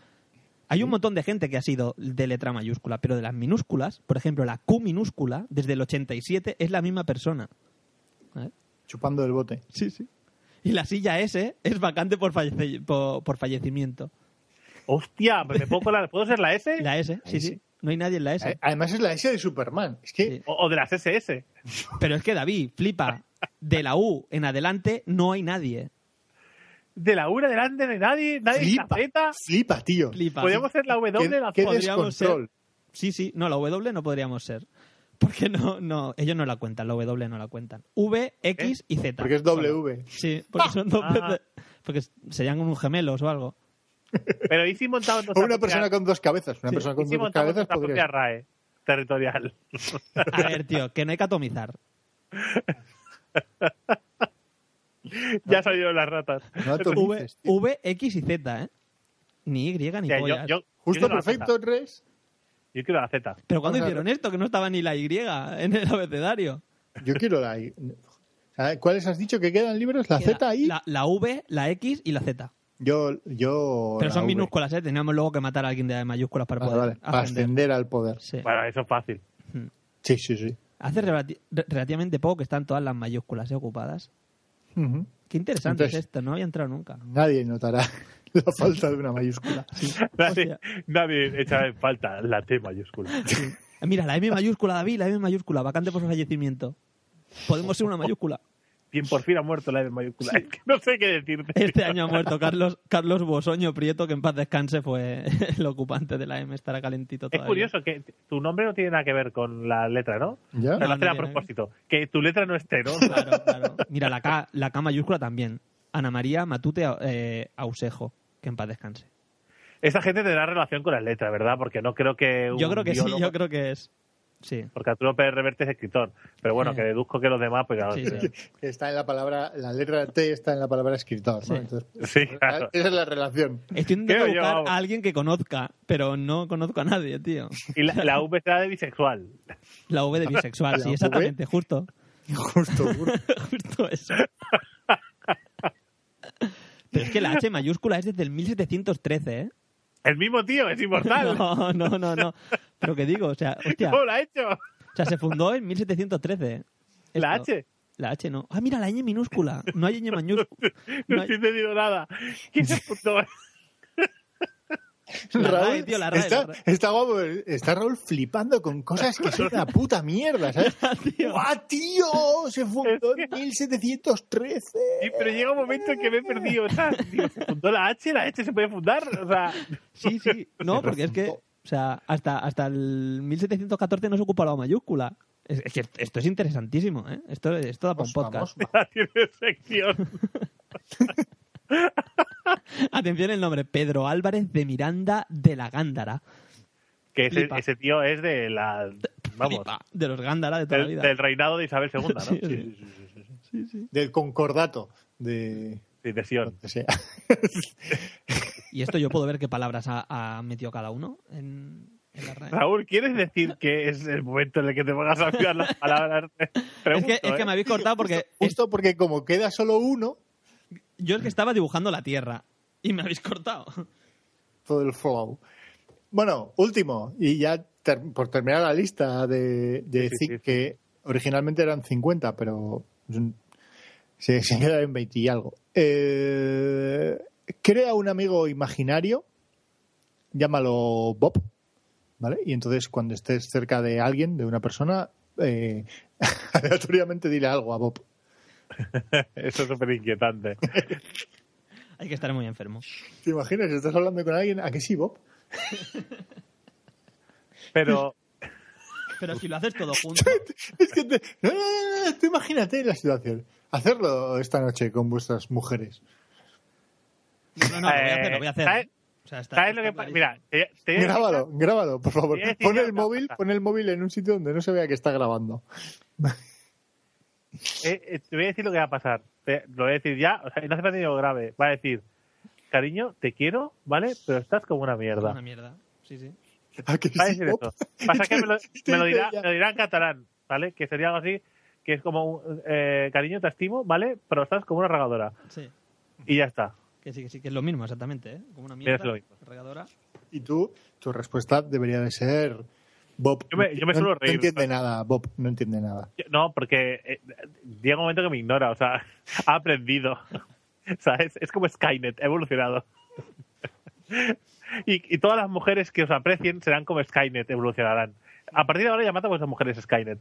C: Hay un montón de gente que ha sido de letra mayúscula, pero de las minúsculas, por ejemplo, la Q minúscula, desde el 87, es la misma persona. ¿Vale?
A: Chupando el bote.
C: Sí, sí. Y la silla S es vacante por, fallece- por, por fallecimiento.
B: Hostia, pues me puedo, colar- ¿puedo ser la S?
C: La S, sí, sí. No hay nadie en la
A: A-
C: S.
A: Eh, Además es la S de Superman. Es que
C: Sí.
B: O, o de las SS.
C: Pero es que David, flipa, de la U en adelante no hay nadie.
B: De la U en adelante no hay nadie, nadie en la
A: flipa,
B: Z.
A: flipa, tío.
C: Flipa.
B: Podríamos ser la W,
A: ¿Qué,
B: la
A: qué
B: Z.
C: podríamos ser-
A: descontrol.
C: Sí, sí, no, la W no podríamos ser. Porque no, no, ellos no la cuentan, la W no la cuentan. V, X y Z.
A: Porque es W.
C: Sí, porque son dos
B: Ah.
C: veces. Porque serían unos gemelos o algo.
B: Pero ¿y si montamos
A: O
B: nuestra
A: una
B: propia-
A: persona con dos cabezas. Una
C: Sí.
A: persona
B: ¿y
A: con
B: si
A: dos
B: montamos
A: cabezas
B: nuestra
A: podría
B: propia
A: ser.
B: RAE territorial?
C: A ver, tío, que no hay que atomizar.
B: ya salieron las ratas.
A: No
C: V,
A: atomices, tío.
C: V, X y Z, ¿eh? Ni Y ¿eh? ni
B: Ya, yo-
C: pollas.
B: yo- yo
A: Justo
B: quiero la
A: perfecto,
B: Z.
A: tres.
B: Yo quiero la Z.
C: Pero cuando
A: o sea,
C: hicieron esto? Que no estaba ni la Y en el abecedario.
A: Yo quiero la... I. Ah, ¿Cuáles has dicho que quedan libres? La
C: Queda
A: Z ahí.
C: La, la V, la X y la Z.
A: Yo, yo.
C: Pero
A: la
C: son
A: V.
C: minúsculas, ¿eh? Teníamos luego que matar a alguien de mayúsculas para
A: Vale,
C: poder
A: vale. Para
C: ascender.
A: ascender al poder.
C: Sí.
B: Bueno, eso es fácil.
A: Sí, sí, sí.
C: Hace relati- re- relativamente poco que están todas las mayúsculas ¿eh? ocupadas.
A: Ujú.
C: Qué interesante es
A: Entonces-
C: esto, no había entrado nunca.
A: Nadie notará la falta de una mayúscula.
B: Nadie,
C: Hostia.
B: nadie echa en falta la T mayúscula.
C: Eh, Mira, la M mayúscula, David, la M mayúscula, vacante por fallecimiento. Podemos ser una mayúscula.
B: Quien por fin ha muerto la M mayúscula. Es que no sé qué decirte.
C: Este año ha muerto Carlos Carlos Bosoño Prieto, que en paz descanse fue el ocupante de la M, estará calentito
B: Es
C: todavía.
B: curioso que tu nombre no tiene nada que ver con la letra, ¿no?
A: ¿Ya?
B: Te lo
C: No, no
B: hacen a
C: tiene.
B: propósito. Que tu letra no esté, ¿no?
C: Claro, claro. Mira, la K, la K mayúscula también. Ana María Matute eh, Ausejo, que en paz descanse.
B: Esa gente tendrá relación con las letras, ¿verdad? Porque no creo que. un
C: Yo creo que sí,
B: biólogo-
C: yo creo que es. Sí.
B: Porque Arturo Pérez Reverte es escritor. Pero bueno,
C: Sí.
B: que deduzco que los demás, pues claro.
C: Sí,
B: que-
C: sí.
A: Está en la palabra, la letra T está en la palabra escritor, ¿no?
C: Sí.
A: Entonces,
B: Sí, claro.
A: Esa es la relación.
C: Estoy intentando
B: Creo yo,
C: buscar
B: vamos.
C: a alguien que conozca, pero no conozco a nadie, tío.
B: Y la, la V será de bisexual.
C: La V de bisexual,
A: ¿La
C: sí,
A: V?
C: exactamente, justo.
A: Justo.
C: Justo eso. Pero es que la H mayúscula es desde el 1713, ¿eh?
B: El mismo tío, es inmortal.
C: No, no, no, no. Pero que digo, o sea, hostia.
B: ¿Cómo la ha hecho?
C: O sea, se fundó en 1713. ¿eh?
B: La
C: Esto.
B: H.
C: La H no. Ah, mira, la ñ minúscula. No hay ñ mayúscula.
B: No,
C: No hay-
B: estoy entendiendo nada. ¿Quién se apuntó?
C: La RAE, tío, la RAE,
A: está,
C: la RAE.
A: está guapo, está Raúl flipando con cosas que son una puta mierda, ¿sabes?
C: Tío.
A: ¡Guau, tío! Se fundó en 1713.
B: Sí, pero llega un momento en que me he perdido. O sea, digo, ¿se fundó la H? ¿La H se puede fundar? O sea,
C: Sí, sí. No, porque es que, o sea, hasta, hasta el 1714 no se ocupa la mayúscula. Es, es que esto es interesantísimo, ¿eh? Esto, esto da para un
A: Vamos,
C: podcast.
A: Pues vamos,
B: la tiene sección.
C: Atención el nombre, Pedro Álvarez de Miranda de la Gándara.
B: Que ese,
C: Flipa.
B: ese tío es de la. Vamos.
C: Flipa, De los Gándara de toda
B: Del,
C: la vida.
B: del reinado de Isabel II, ¿no?
C: Sí,
B: Sí, sí,
C: sí.
B: sí, sí, sí.
C: Sí, sí.
A: Del concordato de...
B: Sí, de Sion.
A: donde sea.
C: Y esto yo puedo ver qué palabras ha, ha metido cada uno en, en la RAE.
B: Raúl, ¿quieres decir que es el momento en el que te pongas a cuidar las palabras?
C: Es
B: Pregunto,
C: que, es que
B: ¿eh?
C: me habéis cortado porque
A: Justo porque como queda solo uno,
C: yo es que estaba dibujando la Tierra y me habéis cortado.
A: todo el flow. Bueno, último, y ya ter- por terminar la lista de, de
B: Sí, sí,
A: ci-
B: sí.
A: que originalmente eran 50, pero mm, se, se queda en 20 y algo. Eh, crea un amigo imaginario, llámalo Bob, ¿vale? Y entonces cuando estés cerca de alguien, de una persona, eh, aleatoriamente dile algo a Bob.
B: Eso es súper inquietante.
C: Hay que estar muy enfermo.
A: ¿Te imaginas? Estás hablando con alguien, ¿a qué sí, Bob?
B: Pero
C: Pero si lo haces todo junto.
A: Es que te- no, no, no, no, tú imagínate la situación. Hacerlo esta noche con vuestras mujeres.
C: No, no, no, lo voy a hacer, lo voy a hacer.
B: ¿Sabes-
C: O sea, está-
B: Eh, ¿sabes lo
C: está
B: que pasa?
C: clarísimo.
B: Mira, te, te-
A: Grábalo, grábalo, por favor.
B: Voy a decir
A: Pon
B: yo
A: el
B: una
A: móvil,
B: cosa.
A: pon el móvil en un sitio donde no se vea que está grabando.
B: eh, eh, te voy a decir lo que va a pasar. Te- lo voy a decir ya. O sea, no hace falta ni lo grave. Va a decir, cariño, te quiero, ¿vale? Pero estás como una mierda.
C: Una mierda. Sí, sí.
A: ¿A que
B: Va a
A: sí,
B: decir
A: Bob?
B: eso. Pasa que me lo,
A: Y te
B: me lo
A: dice
B: dirá,
A: ella,
B: me lo dirá en catalán, ¿vale? Que sería algo así, que es como, un, eh, cariño, te estimo, ¿vale? Pero estás como una regadora.
C: Sí.
B: Y ya está.
C: Que sí, que sí, que es lo mismo, exactamente, ¿eh? Como una mierda.
B: Es lo mismo.
C: regadora.
A: Y tú, tu respuesta debería de ser Bob.
B: Yo me- yo me
A: no,
B: suelo
A: no
B: reír.
A: entiende nada, Bob, no entiende nada.
B: Yo- No, porque eh, llega un momento que me ignora, o sea, ha aprendido. O sea, es, es como Skynet, ha evolucionado. Y, y todas las mujeres que os aprecien serán como Skynet, evolucionarán. A partir de ahora llamad a vuestras mujeres Skynet.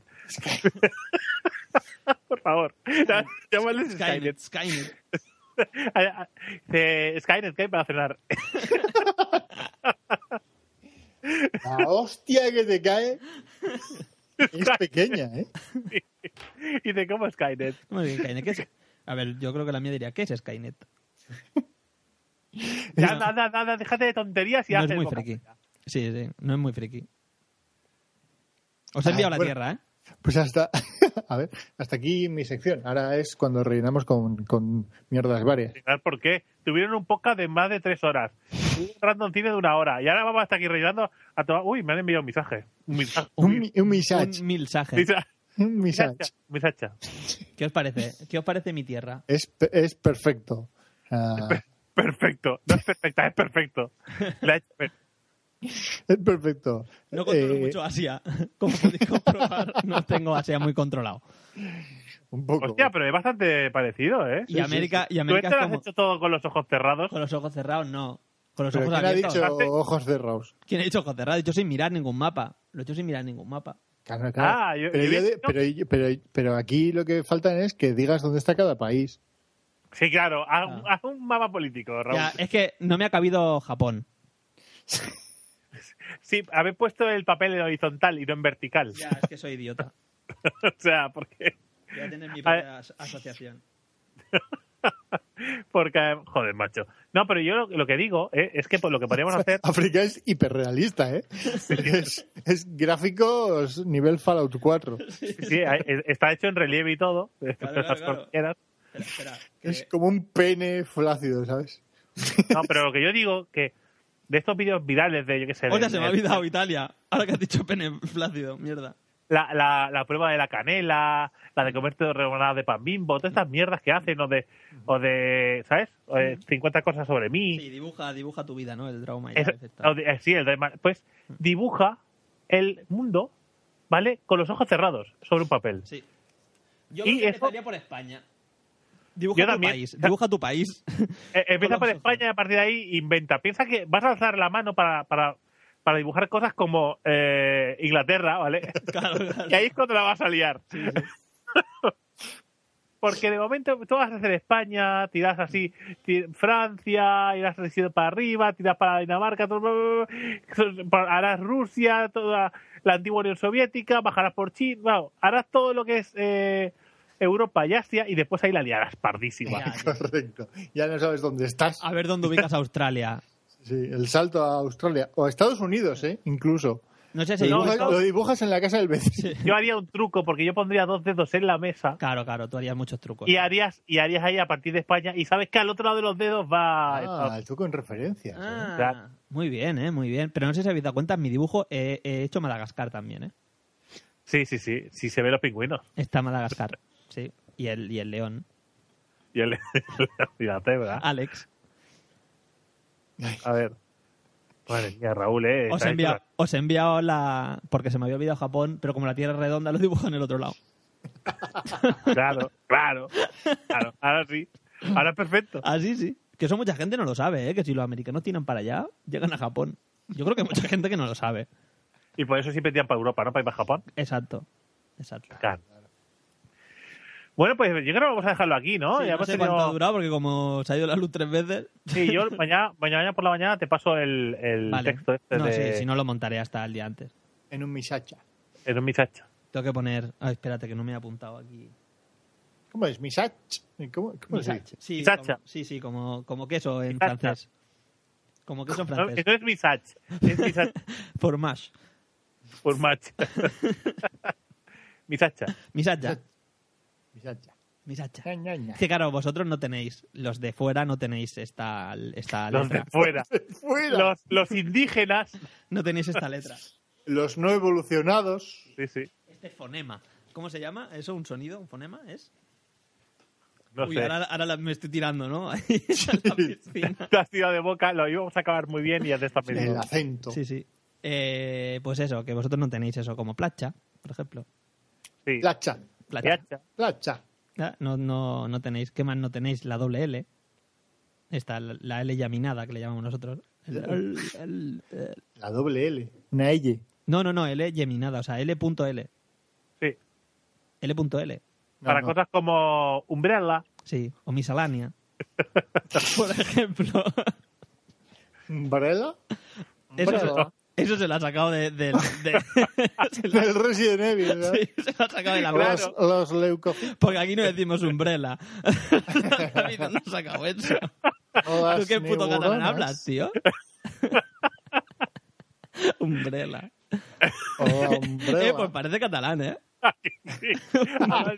B: Por favor, ya- llamadles Skynet.
C: Skynet, Skynet.
B: A- a- Dice, Skynet, ¿qué hay para cenar?
A: La hostia que te cae es pequeña, ¿eh?
B: Y dice, ¿cómo Skynet?
C: ¿Cómo es que Skynet? ¿Qué es? A ver, yo creo que la mía diría, ¿qué es Skynet?
B: Ya, anda, anda, anda, déjate de tonterías y
C: no
B: haz
C: es
B: el
C: muy
B: boca-
C: friki. Sí, sí, no es muy friki. Os he
A: Ay,
C: enviado la
A: Ah, bueno.
C: tierra, ¿eh?
A: Pues hasta, a ver, hasta aquí mi sección. Ahora es cuando rellenamos con, con mierdas varias.
B: ¿Sabes por qué? Tuvieron un podcast de más de tres horas. Un random cine de una hora. Y ahora vamos hasta aquí rellenando a toda... Uy, me han enviado un mensaje. Un mensaje.
A: Un, mi- un misach.
C: Un milsaje.
B: Misa-
A: Un misach.
B: misacha, misacha.
C: ¿Qué os parece? ¿Qué os parece mi tierra?
A: Es, pe- es perfecto. Ah,
B: perfecto. No es perfecta, es perfecto. La he hecho per-
A: Es perfecto.
C: No controlo
A: Eh,
C: mucho Asia. Como podéis comprobar, no tengo Asia muy controlado.
A: Un poco.
B: Hostia, pero es bastante parecido, ¿eh?
C: Y América, y
B: Tú
C: América
B: este lo
C: es
B: has
C: como-
B: hecho todo con los ojos cerrados.
C: Con los ojos cerrados, no. Con los
A: Pero
C: ojos
A: ¿Quién ha
C: abiertos.
A: dicho
B: Aparte-
A: ojos cerrados?
C: ¿Quién ha dicho ojos cerrados? Yo sin mirar ningún mapa. Lo he hecho sin mirar ningún mapa.
A: Claro, claro.
B: Ah, yo-
A: pero,
B: yo
A: yo
B: he
A: de-
B: visto-
A: pero, yo- pero- pero aquí lo que falta es que digas dónde está cada país.
B: Sí, claro, haz, haz un mapa político, Raúl.
C: Ah. Ya, es que no me ha cabido Japón.
B: Sí, haber puesto el papel en horizontal y no en vertical.
C: Ya, es que soy idiota.
B: o sea, porque,
C: Voy a tener mi
B: propia
C: asociación.
B: porque, joder, macho. No, pero yo lo, lo que digo eh, es que por lo que podríamos hacer,
A: África es hiperrealista, ¿eh? es, es gráficos nivel Fallout 4.
B: sí, eh, está hecho en relieve y todo,
C: claro,
B: las
C: claro.
B: fronteras.
C: Espera, espera.
A: Es como un pene flácido, ¿sabes?
B: No, pero lo que yo digo que de estos vídeos virales de, yo qué sé,
C: Hostia,
B: de-
C: se me ha olvidado Italia. Ahora que has dicho pene flácido, mierda.
B: la, la, la prueba de la canela, la de comerte dos rebanadas de pan bimbo, todas estas mierdas que hacen, o de, o de ¿sabes? O de 50 cosas sobre mí.
C: Sí, dibuja, dibuja tu vida, ¿no? El trauma. y
B: Es-
C: tal, está.
B: o de- eh, sí, el de Ma- pues dibuja el mundo, ¿vale? Con los ojos cerrados sobre un papel.
C: Sí.
B: Y
C: Yo creo
B: eso-
C: que empezaría por España. Dibuja
B: Yo
C: tu
B: también.
C: país. Dibuja tu país.
B: Eh, empieza
C: los
B: por
C: ojos.
B: España y a partir de ahí inventa. Piensa que vas a alzar la mano para, para, para dibujar cosas como eh, Inglaterra, ¿vale?
C: claro, claro.
B: Y ahí es cuando la vas a liar. Porque de momento tú vas a hacer España, tiras así, ti- Francia, irás creciendo para arriba, tiras para Dinamarca, todo, bla, bla, bla, bla, harás Rusia, toda la antigua Unión Soviética, bajarás por China, vamos, harás todo lo que es eh, Europa y Asia y después ahí la liarás pardísima.
C: Ya, tío.
A: Correcto. Ya no sabes dónde estás.
C: A ver dónde ubicas a Australia.
A: Sí, el salto a Australia. O a Estados Unidos, ¿eh? Incluso.
C: No sé
A: Lo
C: si.
B: No,
A: dibujas,
B: Estados-
A: lo dibujas en la casa del vecino.
B: Yo haría un truco porque yo pondría dos dedos en la mesa
C: Claro, claro, tú harías muchos trucos.
B: y harías y harías ahí a partir de España y sabes que al otro lado de los dedos va Estados
A: Ah, tú con referencias. ¿eh?
C: Ah,
B: Claro.
C: Muy bien, eh, muy bien. Pero no sé si habéis dado cuenta, en mi dibujo he, he hecho Madagascar también, eh.
B: Sí, sí, sí. Sí se ven los pingüinos.
C: Está Madagascar, sí. Y el, y el león.
B: Y el, y la cebra.
C: Alex,
B: A ver. Madre mía, Raúl, eh.
C: os he,
B: Está
C: enviado,
B: hecho
C: os he enviado la... Porque se me había olvidado Japón, pero como la Tierra es redonda, lo dibujo en el otro lado.
B: la- Claro, claro, claro. Ahora sí. Ahora es perfecto.
C: Así sí. Que eso mucha gente no lo sabe, eh. Que si los americanos tiran para allá, llegan a Japón. Yo creo que hay mucha gente que no lo sabe.
B: Y por eso siempre tiran para Europa, ¿no? Para ir para Japón.
C: Exacto. Exacto.
B: Claro. Bueno, pues yo creo que vamos a dejarlo aquí, ¿no?
C: Sí,
B: Ya
C: no
B: hemos
C: sé
B: tenido-
C: cuánto ha durado porque como se ha ido la luz tres veces...
B: Sí, yo mañana, mañana por la mañana te paso el, el
C: Vale.
B: texto este
C: no,
B: de...
C: sí, si no lo montaré hasta el día antes.
A: En un misacha.
B: en un muchacho.
C: Tengo que poner... Ay, espérate, que no me he apuntado aquí.
A: ¿Cómo es? ¿Misach? ¿Cómo, cómo
B: Pues
A: se
C: Misacha.
A: dice?
C: Sí,
B: Misacha.
C: como- sí, sí, como, como queso en
B: Misacha.
C: francés. Como queso en
B: No,
C: francés.
B: eso es misach. Es misach
C: Formage.
B: por match. misacha.
C: Misacha.
A: Misacha.
C: Misacha.
A: Ña, ña, ña.
C: Es que claro, vosotros no tenéis, los de fuera no tenéis esta, esta
B: Los de
C: letra.
B: fuera.
A: ¡Fuera! Los...
B: Los, los indígenas.
C: No tenéis esta letra.
A: no evolucionados.
B: Sí, sí.
C: Este fonema. ¿Cómo se llama? ¿Eso un sonido? ¿Un fonema es?
B: No
C: Uy,
B: sé.
C: ahora, ahora la- me estoy tirando, ¿no? Ahí a la piscina.
B: Te has tirado de boca, lo íbamos a acabar muy bien y ya te estás
A: El
B: metiendo.
A: acento.
C: Sí, sí. Eh, pues eso, que vosotros no tenéis eso como placha, por ejemplo.
B: Sí.
A: Placha.
C: Placha.
B: Yacha.
A: Placha.
C: Ah, No, no, no tenéis, ¿qué más no tenéis? La doble L. Esta, la- la L llaminada que le llamamos nosotros. El- el- el- el-
A: La doble L. Una L.
C: no, no, no, L llaminada, o sea, L.L.
B: Sí.
C: L.L.
A: No,
B: Para
A: no.
B: cosas como Umbrella.
C: Sí, o miscelánea. Por ejemplo.
A: ¿Umbrella?
C: Eso, se-
A: Bueno.
C: eso se lo ha sacado de, del- de- se, lo,
A: El Resident Evil, ¿no?
C: sí, se lo ha sacado de la
B: Claro.
C: mano.
A: Los, los leucocitos.
C: Porque aquí no decimos umbrella. David no ha sacado eso. ¿Tú qué puto catalán hablas, tío? umbrella. Eh, pues parece catalán, ¿eh?
B: Sí. Ha,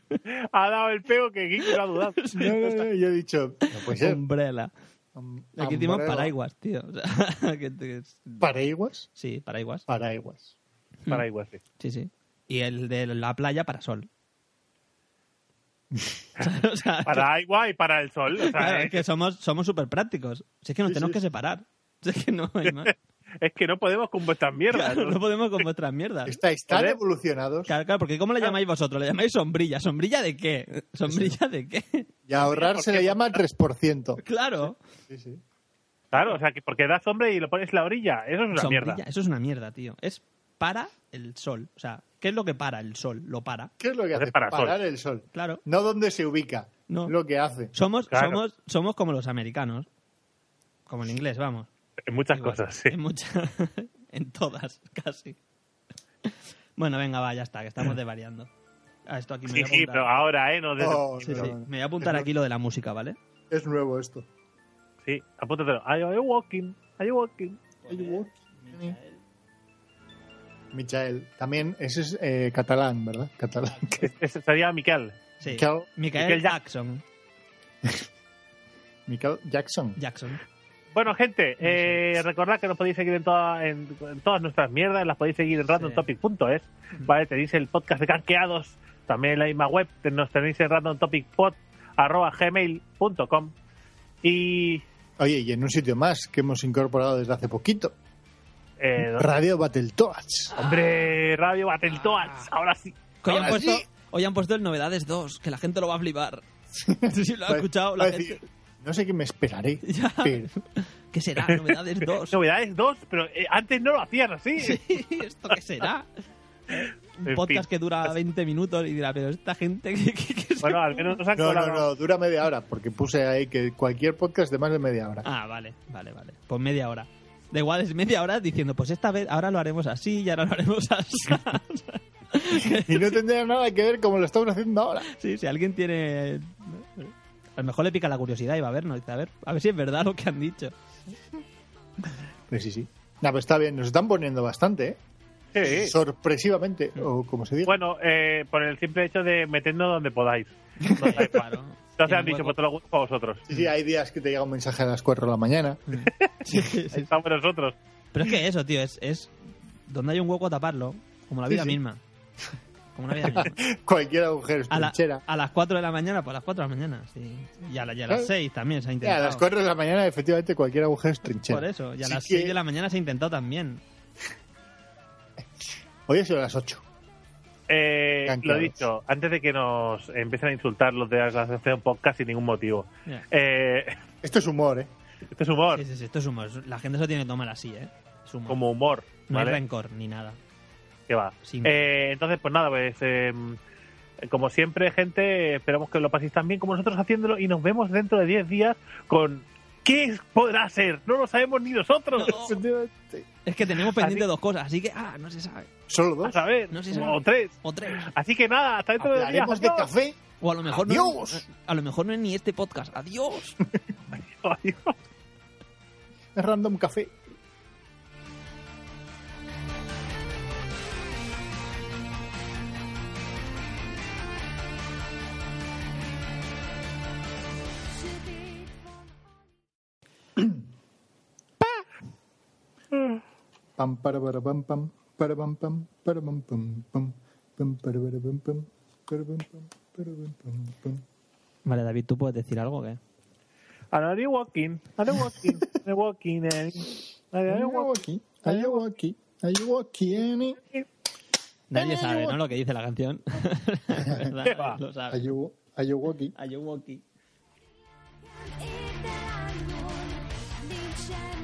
B: ha dado el pego que Kiki no ha dudado.
A: No, no, no, yo he dicho, no puede ser.
C: Umbrella.
A: Um,
C: Aquí decimos
A: Pues umbrella.
C: paraiguas, tío. O sea, que te-
A: ¿Paraiguas?
C: sí, paraiguas.
A: Paraiguas.
B: Para igual, sí.
C: Sí, sí. Y el de la playa, parasol. O sea,
B: Para agua y para el sol. o sea,
C: claro, es
B: es,
C: que somos somos súper prácticos. Si es que nos
A: Sí,
C: tenemos
A: sí.
C: que separar. Si es que no hay más.
B: es que no podemos con vuestras mierdas.
C: Claro, no podemos con vuestras mierdas.
A: Estáis tan
B: Joder.
A: evolucionados
C: Claro, claro, porque ¿cómo le llamáis vosotros? ¿Le llamáis sombrilla? ¿Sombrilla de qué? ¿Sombrilla de qué?
A: y a ahorrar se le llama 3%.
C: Claro.
A: Sí, sí.
B: Claro, o sea, que porque das hombre y lo pones en la orilla. Eso es una
C: sombrilla,
B: mierda.
C: eso es una mierda, tío. Es para el sol. O sea, ¿qué es lo que para el sol? Lo para.
A: ¿Qué es lo que
B: Hace
A: hace?
B: para
A: Parar el sol.
C: Claro.
A: No dónde se ubica,
C: No.
A: lo que hace.
C: Somos,
B: Claro.
C: somos, somos como los americanos. Como en inglés, vamos.
B: En muchas
C: Igual.
B: cosas, sí.
C: En muchas. en todas, casi. Bueno, venga, va, ya está, que estamos desvariando. Ah, esto aquí me voy
B: Sí,
C: a
B: sí,
C: apuntar.
B: pero ahora, ¿eh? No de-
A: Oh,
C: Sí,
A: no,
C: sí.
A: no.
C: Me voy a apuntar aquí lo de la música, ¿vale?
A: Es nuevo esto.
B: Sí, apúntatelo. Are you walking? Are you walking?
A: Michael, también ese es eh, catalán, ¿verdad? Catalán. Que-
B: Ese sería Miquel.
C: Sí.
A: Michael-
C: Michael
B: Michael Jack-
C: Jackson.
A: Michael Jackson.
C: Jackson.
B: Bueno, gente, eh, recordad que nos podéis seguir en, toda- en- en todas nuestras mierdas, las podéis seguir en randomtopic.es. Vale, tenéis el podcast de Casqueados, también en la misma web, te- nos tenéis en randomtopicpod.gmail.com y...
A: Oye, y en un sitio más que hemos incorporado desde hace poquito.
B: eh,
A: Radio Battletoads.
B: hombre, Radio Battletoads, ahora sí.
C: Que hoy, han
A: Ahora
C: puesto,
A: sí.
C: hoy han puesto el Novedades 2, que la gente lo va a flipar. si lo ha
A: Va a
C: escuchado,
A: decir- va
C: la
A: a decir,
C: gente.
A: Pues, No sé qué me esperaré.
C: Ya.
A: pero-
C: ¿Qué será? Novedades 2.
B: Novedades dos, pero eh, antes no lo hacían así.
C: Sí, ¿Esto qué será? Un
B: En
C: podcast
B: fin.
C: que dura 20 minutos y dirá, pero esta gente que,
B: Bueno, al menos nos han
A: No, no,
B: colado.
A: no, dura media hora, porque puse ahí que cualquier podcast de más de media hora.
C: Ah, vale, vale, vale. Pues media hora. Da igual, es media hora diciendo, pues esta vez ahora lo haremos así y ahora lo haremos así.
A: Y no tendría nada que ver como lo estamos haciendo ahora.
C: sí, si alguien tiene... A lo mejor le pica la curiosidad y va a vernos. dice, A ver, a ver si es verdad lo que han dicho.
A: Pues sí, sí. No, pues está bien, nos están poniendo bastante, ¿eh?
B: Sí.
A: Sorpresivamente, o como se diga.
B: Bueno, eh, por el simple hecho de meternos donde podáis. No da igual.
C: Claro.
B: Entonces han
C: Tiene
B: dicho, pues
C: hueco.
B: te lo gusto para vosotros.
A: Sí, sí, hay días que te llega un mensaje a las 4 de la mañana.
C: Sí, sí, sí.
B: Estamos nosotros.
C: Pero es que eso, tío, es, es donde hay un hueco a taparlo, como la vida
A: Sí, sí.
C: misma. Como la vida misma.
A: Cualquier agujero es
C: A, la-
A: trinchera.
C: a las 4 de la mañana, pues a las 4 de la mañana, sí. Y a, la- y a las
A: Claro.
C: 6 también se ha
A: Ah. Ya,
C: intentado.
A: a las 4 de la mañana, efectivamente, cualquier agujero es trinchera.
C: Por eso, y a
A: Sí
C: las
A: que-
C: 6 de la mañana se ha intentado también.
A: Hoy es a las 8.
B: Eh,
A: Están
B: lo
A: claros.
B: dicho, antes de que nos empiecen a insultar los de la asociación podcast sin ningún motivo.
C: Ya.
B: Eh,
A: Esto es humor, ¿eh?
B: este es humor,
C: Sí, sí, sí, esto es humor. La gente se lo tiene que tomar así, ¿eh? Es humor.
B: como humor,
C: no hay
B: ¿vale?
C: rencor ni nada.
B: Que va.
C: Sí.
B: Eh, entonces, pues nada, pues eh, como siempre, gente, esperamos que lo paséis tan bien como nosotros haciéndolo y nos vemos dentro de 10 días con ¿qué podrá ser? No lo sabemos ni nosotros.
C: No. Es que tenemos pendiente
B: Así-
C: dos cosas, así que, ah, no se sabe.
A: Solo
B: A
A: dos.
B: saber,
C: No se sabe.
B: o tres.
C: O tres.
B: Así que nada, hasta dentro de 10 días.
A: Hablaremos de
B: Adiós.
A: café.
C: O a lo mejor
A: Adiós.
C: no. eh, A lo mejor no es ni este podcast. Adiós.
B: Adiós.
A: Random café. Pam, para, para, pam, pam, para, pam, pam, para, pam, pam, pam, pam, para, para, pam, pam, para, pam, pam, para, pam, pam, pam.
C: Vale, David, ¿tú puedes decir algo que
B: Are you walking? Are you walking? Are you walking? eh? Are you walking?
A: Ayuwoki, Ayuwoki, Ayuwoki, Annie.
C: Nadie sabe, ¿no? Lo que dice la canción. Nadie
B: va.
C: lo sabe.
A: Ayu- Ayuwoki.
C: Ayuwoki.
E: If that I'm wrong, then shine